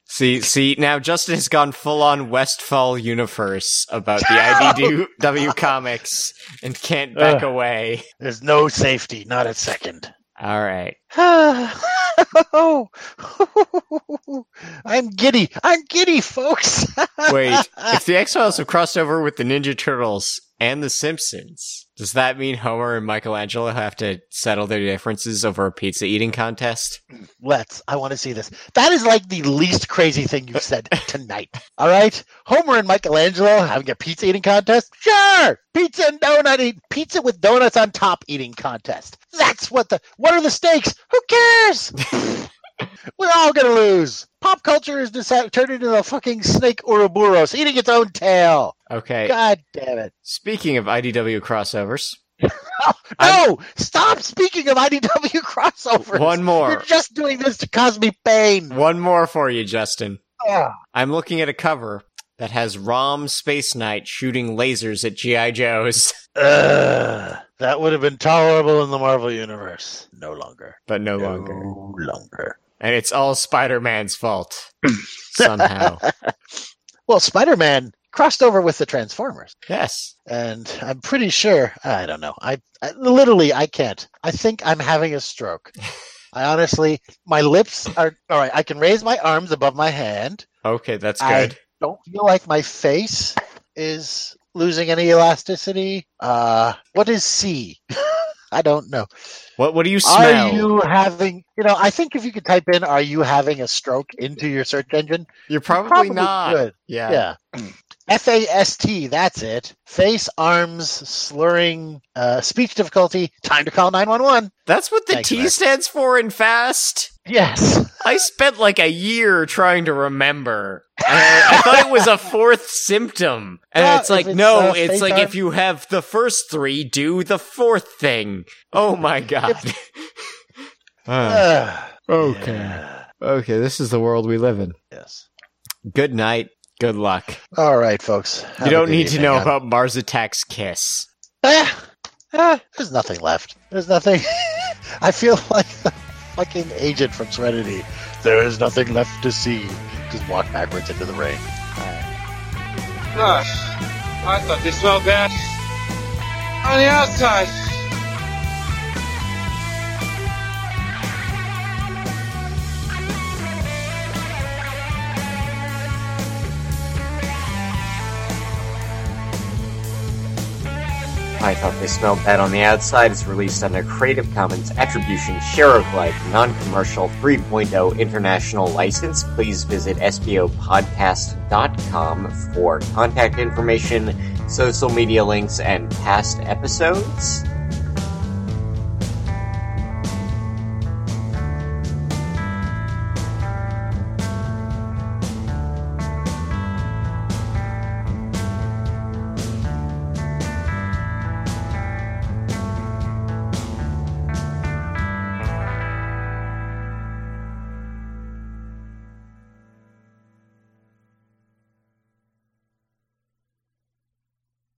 [SPEAKER 1] See, see, now Justin has gone full on Westfall universe about the IDW comics and can't back away.
[SPEAKER 2] There's no safety, not a second.
[SPEAKER 1] All right.
[SPEAKER 2] I'm giddy. I'm giddy, folks.
[SPEAKER 1] Wait, if the X Files have crossed over with the Ninja Turtles and the Simpsons, does that mean Homer and Michelangelo have to settle their differences over a pizza eating contest?
[SPEAKER 2] Let's. I want to see this. That is like the least crazy thing you've said tonight. All right? Homer and Michelangelo having a pizza eating contest? Sure. Pizza and donut eat pizza with donuts on top eating contest. That's what the what are the stakes? Who cares? We're all gonna lose. Pop culture is decided, turned into the fucking snake Ouroboros eating its own tail.
[SPEAKER 1] Okay.
[SPEAKER 2] God damn it.
[SPEAKER 1] Speaking of IDW crossovers,
[SPEAKER 2] no, stop speaking of IDW crossovers.
[SPEAKER 1] One
[SPEAKER 2] You're
[SPEAKER 1] more.
[SPEAKER 2] just doing this to cause me pain.
[SPEAKER 1] One more for you, Justin.
[SPEAKER 2] Ah.
[SPEAKER 1] I'm looking at a cover that has Rom Space Knight shooting lasers at G.I. Joes,
[SPEAKER 2] Ugh. that would have been tolerable in the Marvel universe. No longer.
[SPEAKER 1] but no,
[SPEAKER 2] No
[SPEAKER 1] longer.
[SPEAKER 2] longer.
[SPEAKER 1] And it's all Spider Man's fault. Somehow.
[SPEAKER 2] Well, Spider-Man crossed over with the Transformers,
[SPEAKER 1] Yes.
[SPEAKER 2] and I'm pretty sure. I don't know. I, I literally I can't. I think I'm having a stroke. I honestly, my lips are all right. I can raise my arms above my hand.
[SPEAKER 1] Okay, that's
[SPEAKER 2] I-
[SPEAKER 1] good.
[SPEAKER 2] Don't feel like my face is losing any elasticity. Uh, what is C? I don't know.
[SPEAKER 1] What What do you smell?
[SPEAKER 2] Are you having, you know, I think if you could type in, are you having a stroke into your search engine?
[SPEAKER 1] are probably, not.
[SPEAKER 2] could.
[SPEAKER 1] Yeah.
[SPEAKER 2] Yeah. F A S T, that's it. Face, arms, slurring, uh, speech difficulty. Time to call 911.
[SPEAKER 1] That's what the
[SPEAKER 2] Thanks,
[SPEAKER 1] T
[SPEAKER 2] Mark.
[SPEAKER 1] stands for in FAST.
[SPEAKER 2] Yes.
[SPEAKER 1] I spent like a year trying to remember. I, I thought it was a fourth symptom. And
[SPEAKER 2] Well,
[SPEAKER 1] it's like,
[SPEAKER 2] if it's,
[SPEAKER 1] no,
[SPEAKER 2] uh,
[SPEAKER 1] it's
[SPEAKER 2] face
[SPEAKER 1] like
[SPEAKER 2] arm-
[SPEAKER 1] if you have the first three, do the fourth thing. Oh my god.
[SPEAKER 2] Uh, Ugh. Yeah.
[SPEAKER 1] Ah. Okay, this is the world we live in.
[SPEAKER 2] Yes.
[SPEAKER 1] Good night. Good luck.
[SPEAKER 2] All right, folks. Have
[SPEAKER 1] you
[SPEAKER 2] a
[SPEAKER 1] don't
[SPEAKER 2] good
[SPEAKER 1] need to
[SPEAKER 2] evening.
[SPEAKER 1] know
[SPEAKER 2] I'm-
[SPEAKER 1] about Mars Attack's kiss.
[SPEAKER 2] Ah, ah, there's nothing left. There's nothing. I feel like the fucking agent from Serenity. There is nothing left to see. Just walk backwards into the rain.
[SPEAKER 3] Gosh, I thought they smelled bad on the outside.
[SPEAKER 4] I Thought They Smelled Bad on the Outside is released under Creative Commons Attribution Share Alike Non-Commercial 3.0 International License. Please visit sbopodcast.com for contact information, social media links, and past episodes.